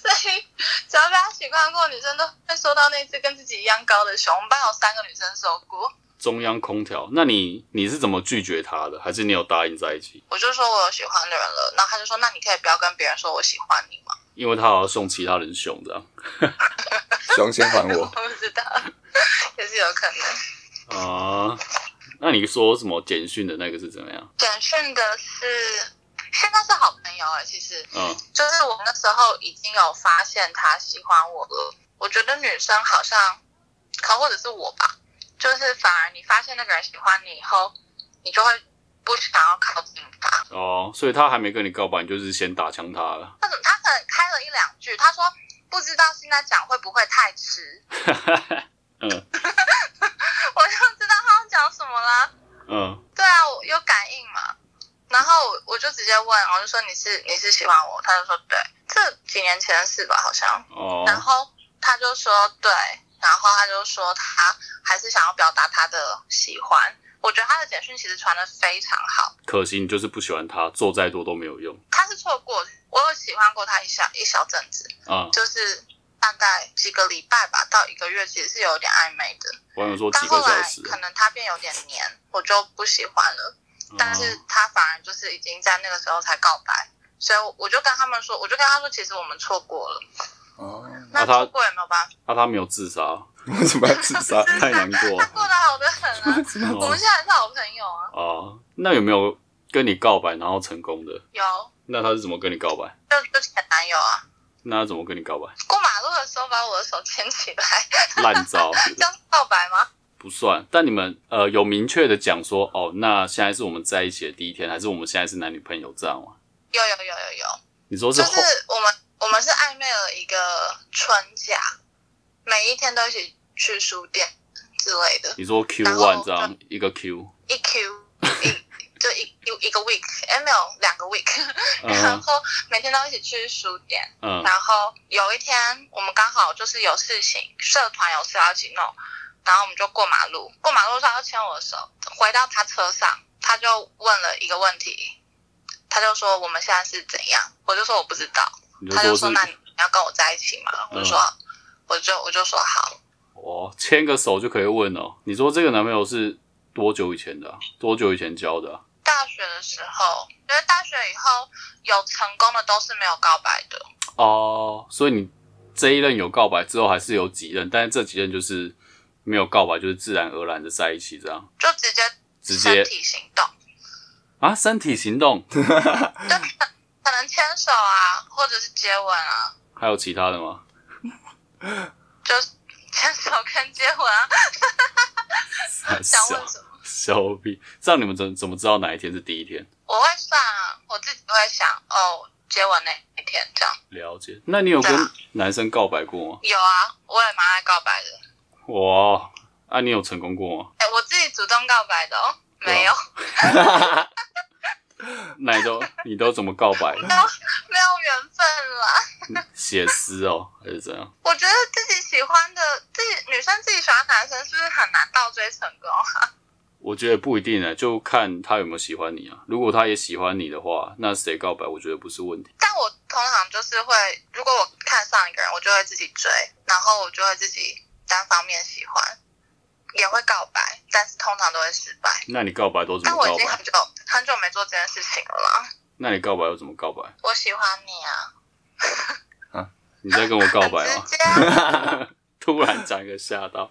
Speaker 3: 所以只要被它喜欢过的女生都会收到那只跟自己一样高的熊。我们班有三个女生收过，
Speaker 1: 中央空调，那你你是怎么拒绝他的？还是你有答应在一起？
Speaker 3: 我就说我有喜欢的人了，然后他就说那你可以不要跟别人说我喜欢你吗？
Speaker 1: 因为他好像送其他人熊这样。
Speaker 2: 熊先还
Speaker 3: 我
Speaker 2: 我，
Speaker 3: 不知道， 也是有可能。
Speaker 1: 啊、那你说什么简讯的那个是怎么样？
Speaker 3: 简讯的是，现在是好朋友哎，其实
Speaker 1: 嗯
Speaker 3: 就是我那时候已经有发现他喜欢我了。我觉得女生好像，可能或者是我吧，就是反而你发现那个人喜欢你以后，你就会不想要靠近他。
Speaker 1: 哦，所以他还没跟你告白，你就是先打枪他了。
Speaker 3: 那种他可能开了一两句，他说不知道现在讲会不会太迟，
Speaker 1: 嗯
Speaker 3: 我就知道他要讲什么啦。
Speaker 1: 嗯
Speaker 3: 对啊，我有感应嘛。然后我我就直接问，我就说你是你是喜欢我？他就说对，这几年前的事吧，好像。
Speaker 1: 哦
Speaker 3: 然后他就说对，然后他就说他还是想要表达他的喜欢。我觉得他的简讯其实传的非常好，
Speaker 1: 可惜你就是不喜欢他，做再多都没有用
Speaker 3: 他是错过，我有喜欢过他一小一小阵子，
Speaker 1: 啊。
Speaker 3: 就是大概几个礼拜吧，到一个月，其实是有点暧昧的。
Speaker 1: 我想说
Speaker 3: 但
Speaker 1: 几个
Speaker 3: 后
Speaker 1: 小
Speaker 3: 来
Speaker 1: 时，
Speaker 3: 可能他变有点黏，我就不喜欢了。但是
Speaker 1: 啊嗯
Speaker 3: 他反而就是已经在那个时候才告白，所以我就跟他们说，我就跟他说，其实我们错过了，
Speaker 2: 哦，
Speaker 1: 嗯那
Speaker 3: 那
Speaker 1: 他
Speaker 3: 错过也没有办法，
Speaker 1: 啊，他没有自杀，
Speaker 2: 为什么要自 杀？
Speaker 1: 太难过
Speaker 3: 他
Speaker 1: 了
Speaker 3: 过得好的很 啊，我
Speaker 1: 哦
Speaker 3: 们现在还是好朋友啊。
Speaker 1: 啊。那有没有跟你告白然后成功的？
Speaker 3: 有，
Speaker 1: 那他是怎么跟你告白？
Speaker 3: 就就前男友啊，
Speaker 1: 那他怎么跟你告白？
Speaker 3: 过马路的时候把我的手牵起来，
Speaker 1: 烂招，对不
Speaker 3: 这
Speaker 1: 对
Speaker 3: 样是告白吗？
Speaker 1: 不算。但你们呃有明确的讲说，哦，那现在是我们在一起的第一天，还是我们现在是男女朋友这样吗？
Speaker 3: 有有有有有，
Speaker 1: 你说是
Speaker 3: 就
Speaker 1: 后
Speaker 3: 是我们我们是暧昧了一个春假，每一天都一起去书店之类的，
Speaker 1: 你说 Q
Speaker 3: 然后
Speaker 1: one 这样一个 Q，
Speaker 3: 一 Q 一就一一一个 week，哎没有两个 week，然
Speaker 1: 嗯
Speaker 3: 后每天都一起去书店，
Speaker 1: 嗯
Speaker 3: 然后有一天我们刚好就是有事情，社团有事要一起弄，然后我们就过马路，过马路的时候他就牵我的手，回到他车上，他就问了一个问题，他就说我们现在是怎样，我就说我不知道，
Speaker 1: 你
Speaker 3: 他就
Speaker 1: 就
Speaker 3: 说
Speaker 1: 说
Speaker 3: 那
Speaker 1: 是嗯
Speaker 3: 你要跟我在一起吗？我就说，我就我就说好，
Speaker 1: 哦，牵个手就可以问哦。你说这个男朋友是多久以前的啊、多久以前交的啊、
Speaker 3: 大学的时候，因为大学以后有成功的都是没有告白的，
Speaker 1: 哦，所以你这一任有告白之后，还是有几任，但是这几任就是没有告白，就是自然而然的在一起这样
Speaker 3: 就直接
Speaker 1: 直接
Speaker 3: 身体行动。
Speaker 1: 啊，身体行动，
Speaker 3: 可能牵手啊，或者是接吻啊，
Speaker 1: 还有其他的吗？
Speaker 3: 就是牵手跟接吻啊，想
Speaker 1: 小
Speaker 3: 问什么？
Speaker 1: 小屁，这样你们怎怎么知道哪一天是第一天？
Speaker 3: 我会算啊，我自己会想哦，接吻那一天这样。
Speaker 1: 了解，那你有跟
Speaker 3: 对啊
Speaker 1: 男生告白过吗？
Speaker 3: 有啊，我也蛮爱告白的。
Speaker 1: 哇，啊，你有成功过吗？
Speaker 3: 哎，我自己主动告白的哦，没有，
Speaker 1: 那你都你都怎么告白？
Speaker 3: 没有缘分啦。
Speaker 1: 写诗哦，还是怎样？
Speaker 3: 我觉得自己喜欢的，自己女生自己喜欢男生是不是很难倒追成功？
Speaker 1: 我觉得不一定呢，啊就看他有没有喜欢你啊。如果他也喜欢你的话，那谁告白，我觉得不是问题。
Speaker 3: 但我通常就是会，如果我看上一个人，我就会自己追，然后我就会自己单方面喜欢，也会告白，但是通常都会失败。
Speaker 1: 那你告白都怎
Speaker 3: 但
Speaker 1: 么
Speaker 3: 我
Speaker 1: 告
Speaker 3: 已经很
Speaker 1: 白？
Speaker 3: 久很久没做这件事情了啦。
Speaker 1: 那你告白又怎么告白？
Speaker 3: 我喜欢你啊，
Speaker 1: 你在跟我告
Speaker 3: 很
Speaker 1: 白吗
Speaker 3: 直？接啊，
Speaker 1: 突然讲一个吓到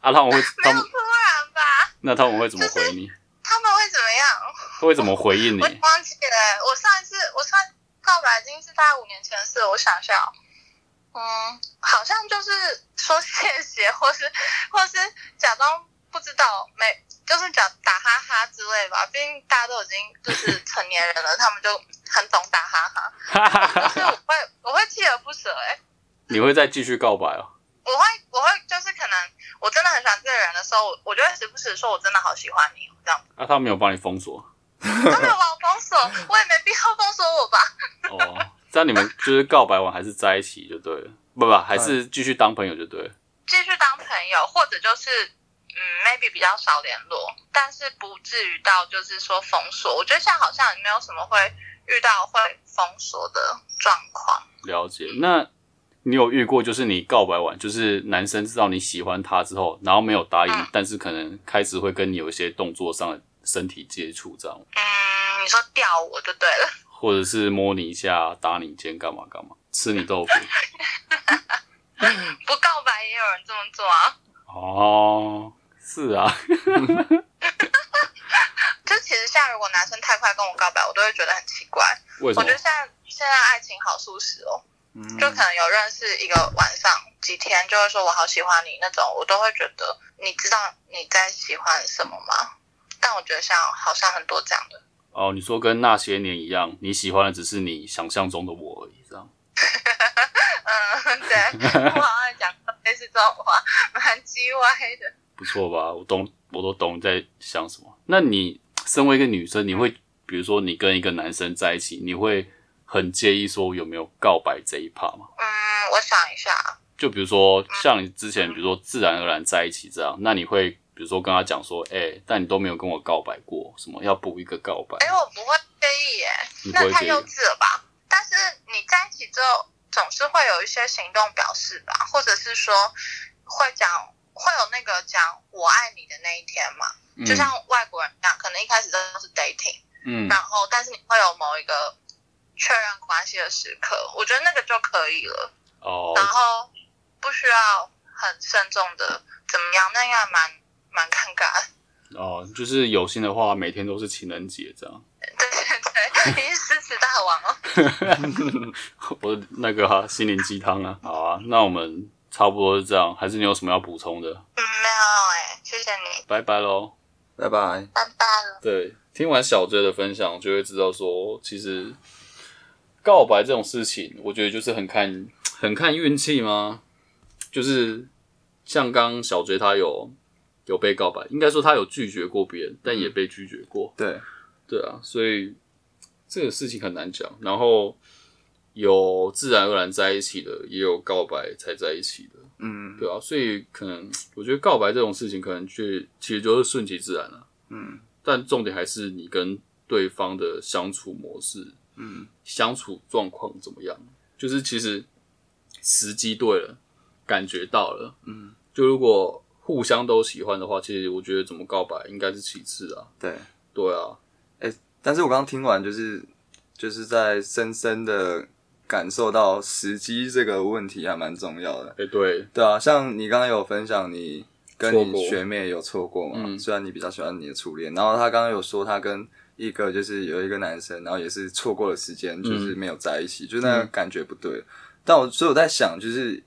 Speaker 1: 啊！他们会
Speaker 3: 没
Speaker 1: 他
Speaker 3: 有
Speaker 1: 们
Speaker 3: 突然吧？
Speaker 1: 那他们会怎么回你？
Speaker 3: 他们会怎么样？
Speaker 1: 他会怎么回应你
Speaker 3: 我？忘记了、我上一次我上一次告白已经是大概五年前的事了，我想一下哦，嗯，好像就是说谢谢，或是或是假装不知道，没就是假打哈哈之类吧。毕竟大家都已经就是成年人了，他们就很懂打哈哈，可是我会我会锲而不舍哎、
Speaker 1: 你会再继续告白哦？
Speaker 3: 我会，我会就是可能我真的很喜欢这个人的时候，我我就会时不时说我真的好喜欢你这样子。
Speaker 1: 啊，他没有帮你封锁
Speaker 3: 他没有把我封锁，我也没必要封锁我吧。
Speaker 1: 哦。 这样你们就是告白完还是在一起就对了，不不，还是继续当朋友就对了。
Speaker 3: 继续当朋友，或者就是嗯，maybe 比较少联络，但是不至于到就是说封锁。我觉得现在好像也没有什么会遇到会封锁的状况。
Speaker 1: 了解。那你有遇过就是你告白完，就是男生知道你喜欢他之后，然后没有答应
Speaker 3: 嗯，
Speaker 1: 但是可能开始会跟你有一些动作上的身体接触这样，
Speaker 3: 嗯，你说吊我就对了，
Speaker 1: 或者是摸你一下、打你肩干嘛干嘛，吃你豆腐。
Speaker 3: 不告白也有人这么做啊。
Speaker 1: 哦，是啊，
Speaker 3: 就其实现在如果男生太快跟我告白，我都会觉得很奇怪。
Speaker 1: 为什
Speaker 3: 我
Speaker 1: 么
Speaker 3: 觉得？现在现在爱情好速食哦，
Speaker 2: 嗯
Speaker 3: 就可能有认识一个晚上几天，就会说我好喜欢你那种，我都会觉得你知道你在喜欢什么吗？但我觉得像好像很多这样的，
Speaker 1: 哦，你说跟那些年一样，你喜欢的只是你想象中的我而已，这样。
Speaker 3: 嗯，对，我好像讲过类似这种话，蛮鸡歪的。
Speaker 1: 不错吧？我懂，我都懂你在想什么。那你身为一个女生，你会比如说你跟一个男生在一起，你会很介意说有没有告白这一趴吗？
Speaker 3: 嗯，我想一下，
Speaker 1: 就比如说像你之前，比如说自然而然在一起这样，那你会比如说跟他讲说，哎、但你都没有跟我告白过，什么要补一个告白？
Speaker 3: 哎，我不会介意耶，
Speaker 1: 你不
Speaker 3: 那
Speaker 1: 会
Speaker 3: 太
Speaker 1: 介意
Speaker 3: 幼稚了吧？但是你在一起之后，总是会有一些行动表示吧，或者是说会讲，会有那个讲“我爱你”的那一天嘛？
Speaker 1: 嗯
Speaker 3: 就像外国人一样，可能一开始都是 dating，、
Speaker 1: 嗯
Speaker 3: 然后但是你会有某一个确认关系的时刻，我觉得那个就可以了，
Speaker 1: 哦
Speaker 3: 然后不需要很慎重的怎么样，那应该蛮蛮尴尬的。
Speaker 1: 哦，就是有心的话，每天都是情人节这样。
Speaker 3: 对对对，你是狮子大王哦。
Speaker 1: 我那个、啊、心灵鸡汤啊，好啊，那我们差不多是这样，还是你有什么要补充的？
Speaker 3: 嗯，没有哎、谢谢你，
Speaker 1: 拜拜喽。
Speaker 2: 拜拜。
Speaker 3: 拜拜了。
Speaker 1: 对，听完小追的分享，就会知道说，其实告白这种事情，我觉得就是很看很看运气吗？就是像刚刚小追他有有被告白，应该说他有拒绝过别人，但也被拒绝过。
Speaker 2: 对，
Speaker 1: 对啊，所以这个事情很难讲。然后有自然而然在一起的，也有告白才在一起的，
Speaker 2: 嗯
Speaker 1: 对啊，所以可能我觉得告白这种事情，可能去其实就是顺其自然了、
Speaker 2: 嗯
Speaker 1: 但重点还是你跟对方的相处模式、
Speaker 2: 嗯
Speaker 1: 相处状况怎么样。就是其实时机对了，感觉到了，
Speaker 2: 嗯，
Speaker 1: 就如果互相都喜欢的话，其实我觉得怎么告白应该是其次啊。
Speaker 2: 对。
Speaker 1: 对啊，
Speaker 2: 但是我刚刚听完，就是就是在深深的感受到时机这个问题还蛮重要的。
Speaker 1: 哎、对，
Speaker 2: 对啊，像你刚刚有分享你跟
Speaker 1: 错过
Speaker 2: 你学妹有错过嘛？
Speaker 1: 嗯
Speaker 2: 虽然你比较喜欢你的初恋，然后他刚刚有说他跟一个就是有一个男生，然后也是错过了时
Speaker 1: 嗯
Speaker 2: 间，就是没有在一起，就那个感觉不对。但我所以我在想，就是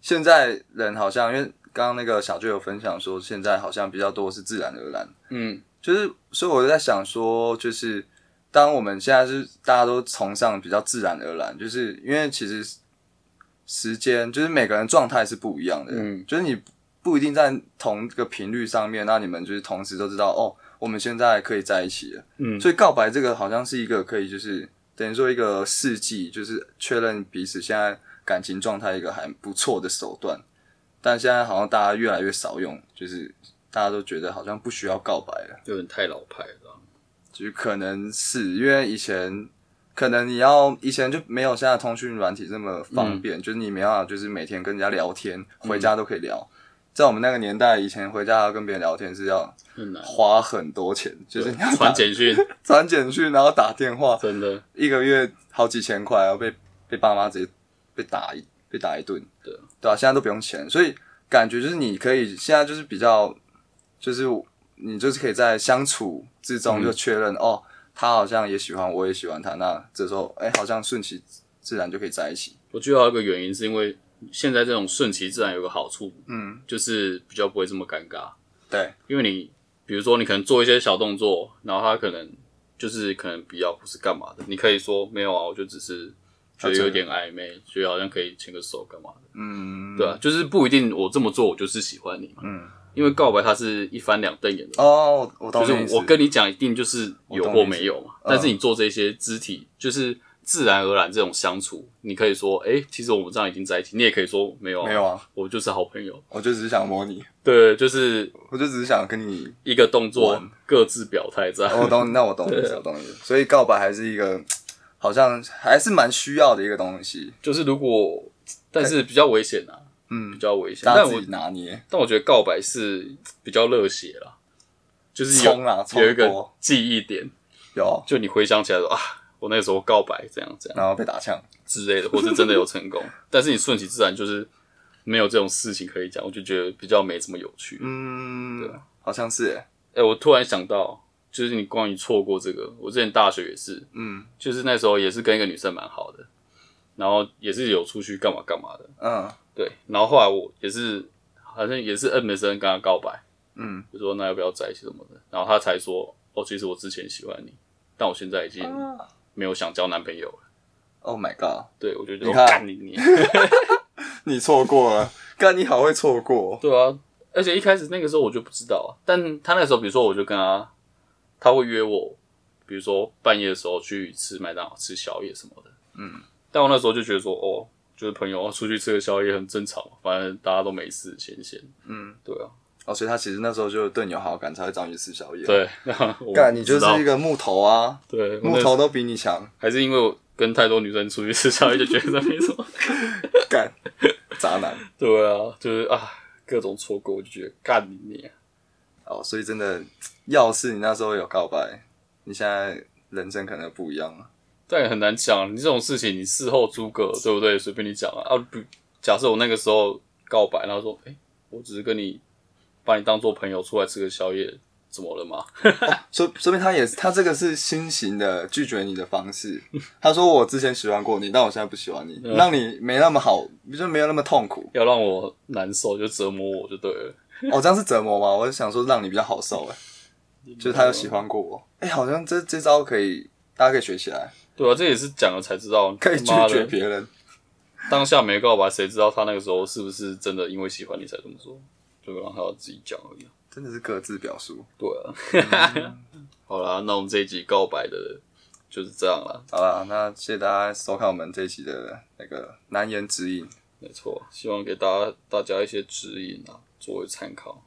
Speaker 2: 现在人好像因为刚刚那个小舅有分享说，现在好像比较多是自然而然，
Speaker 1: 嗯。
Speaker 2: 就是，所以我在想说，就是当我们现在是大家都崇尚比较自然而然，就是因为其实时间就是每个人状态是不一样的，
Speaker 1: 嗯
Speaker 2: 就是你不一定在同一个频率上面，那你们就是同时都知道哦，我们现在可以在一起了。
Speaker 1: 嗯，
Speaker 2: 所以告白这个好像是一个可以，就是等于说一个试剂，就是确认彼此现在感情状态一个还不错的手段。但现在好像大家越来越少用，就是大家都觉得好像不需要告白了，
Speaker 1: 有点太老派了。
Speaker 2: 就是可能是因为以前可能你要以前就没有现在通讯软体这么方便，就是你没办法就是每天跟人家聊天，回家都可以聊。在我们那个年代，以前回家要跟别人聊天是要
Speaker 1: 很难，
Speaker 2: 花很多钱，就是你要 打
Speaker 1: 传简讯，
Speaker 2: 传简讯，然后打电话，
Speaker 1: 真的
Speaker 2: 一个月好几千块，然后被被爸妈直接被打一被打一顿，
Speaker 1: 对
Speaker 2: 对啊，现在都不用钱，所以感觉就是你可以现在就是比较，就是你就是可以在相处之中
Speaker 1: 嗯
Speaker 2: 就确认、哦，他好像也喜欢我，也喜欢他，那这时候哎、好像顺其自然就可以在一起，
Speaker 1: 我觉得还有一个原因是因为现在这种顺其自然有个好处，
Speaker 2: 嗯，
Speaker 1: 就是比较不会这么尴尬。
Speaker 2: 对，
Speaker 1: 因为你比如说你可能做一些小动作，然后他可能就是可能比较不是干嘛的，你可以说没有啊，我就只是觉得有点暧昧，觉得好像可以牵个手干嘛的，
Speaker 2: 嗯，
Speaker 1: 对啊，就是不一定我这么做我就是喜欢你嘛，
Speaker 2: 嗯，
Speaker 1: 因为告白它是一翻两瞪眼的，
Speaker 2: 哦，我我懂
Speaker 1: 就
Speaker 2: 你意
Speaker 1: 是
Speaker 2: 思
Speaker 1: 我跟你讲一定就是有或没有嘛，
Speaker 2: 我懂你意思
Speaker 1: 但是你做这些肢体就是。自然而然这种相处，你可以说，哎、其实我们这样已经在一起。你也可以说没有、
Speaker 2: 没有，啊，
Speaker 1: 我就是好朋友。
Speaker 2: 我就只是想摸你，
Speaker 1: 对，就是
Speaker 2: 我就只是想跟你
Speaker 1: 一个动作
Speaker 2: 玩
Speaker 1: 各自表态这样。
Speaker 2: 我懂你，那我懂你，
Speaker 1: 啊
Speaker 2: 我懂你。所以告白还是一个，好像还是蛮需要的一个东西。
Speaker 1: 就是如果，但是比较危险啊，比
Speaker 2: 哎嗯，
Speaker 1: 较危险。
Speaker 2: 大家
Speaker 1: 但
Speaker 2: 自
Speaker 1: 我
Speaker 2: 己拿捏，
Speaker 1: 但我觉得告白是比较热血啦，就是有
Speaker 2: 冲啊，冲
Speaker 1: 有一个
Speaker 2: 过
Speaker 1: 记忆点，
Speaker 2: 有，
Speaker 1: 就你回想起来说啊，我那个时候告白怎样怎样
Speaker 2: 然后被打枪。
Speaker 1: 之类的，或是真的有成功。 但是你顺其自然，就是没有这种事情可以讲，我就觉得比较没这么有趣。哎、
Speaker 2: 嗯，好像是耶，
Speaker 1: 我突然想到，就是你关于错过这个，我之前大学也是，
Speaker 2: 嗯
Speaker 1: 就是那时候也是跟一个女生蛮好的，然后也是有出去干嘛干嘛的。
Speaker 2: 嗯
Speaker 1: 对，然后后来我也是，好像也是 MSN 跟他告白，
Speaker 2: 嗯，
Speaker 1: 我说那要不要在一起什么的，然后他才说，哦，其实我之前喜欢你，但我现在已经
Speaker 2: 哦
Speaker 1: 没有想交男朋友了。
Speaker 2: Oh my god，
Speaker 1: 对，我就觉得
Speaker 2: 你
Speaker 1: 我
Speaker 2: 看
Speaker 1: 干你你，
Speaker 2: 你错过了，哥，你好会错过。哦
Speaker 1: 对啊，而且一开始那个时候我就不知道啊，但他那时候比如说我就跟他，他会约我，比如说半夜的时候去吃麦当劳吃宵夜什么的，
Speaker 2: 嗯，
Speaker 1: 但我那时候就觉得说，哦，就是朋友出去吃个宵夜很正常嘛，反正大家都没事，闲闲，
Speaker 2: 嗯，
Speaker 1: 对啊，
Speaker 2: 哦，所以他其实那时候就对你有好感，才会找你去吃宵夜。，
Speaker 1: 对， 那我
Speaker 2: 干，你就
Speaker 1: 不知道
Speaker 2: 是一个木头啊，
Speaker 1: 对，我那
Speaker 2: 木
Speaker 1: 时候
Speaker 2: 头都比你强。
Speaker 1: 还是因为我跟太多女生出去吃宵夜，就觉得没什 么。
Speaker 2: 干，渣男。
Speaker 1: 对啊，就是啊，各种错过，我就觉得干你娘
Speaker 2: 哦，所以真的，要是你那时候有告白，你现在人生可能不一样了。
Speaker 1: 但也很难讲，你这种事情你事后诸葛，对不对？随便你讲啊。啊，不，假设我那个时候告白，然后说，哎、我只是跟你把你当做朋友出来吃个宵夜，怎么了嘛？
Speaker 2: 说说明他也是，他这个是新型的拒绝你的方式。他说我之前喜欢过你，但我现在不喜欢你，
Speaker 1: 嗯。
Speaker 2: 让你没那么好，就没有那么痛苦
Speaker 1: 要让我难受，就折磨我就对了。
Speaker 2: 哦，这样是折磨吗？我是想说让你比较好受，哎，
Speaker 1: 嗯
Speaker 2: 就是他有喜欢过我，哎、好像这这招可以，大家可以学起来，
Speaker 1: 对啊，这也是讲了才知道，
Speaker 2: 可以拒
Speaker 1: 妈的
Speaker 2: 绝别人。
Speaker 1: 当下没告白，谁知道他那个时候是不是真的因为喜欢你才这么做？就让他自己讲而已啊。
Speaker 2: 真的是各自表述。
Speaker 1: 对啊， 好啦，那我们这一集告白的就是这样啦，
Speaker 2: 好啦，那谢谢大家收看我们这一期的那个难言之隐。
Speaker 1: 没错，希望给大家大家一些指引啊，作为参考。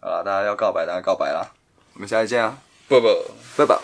Speaker 2: 好啦，大家要告白，大家告白啦，我们下期见啊，
Speaker 1: 不不。
Speaker 2: 拜拜。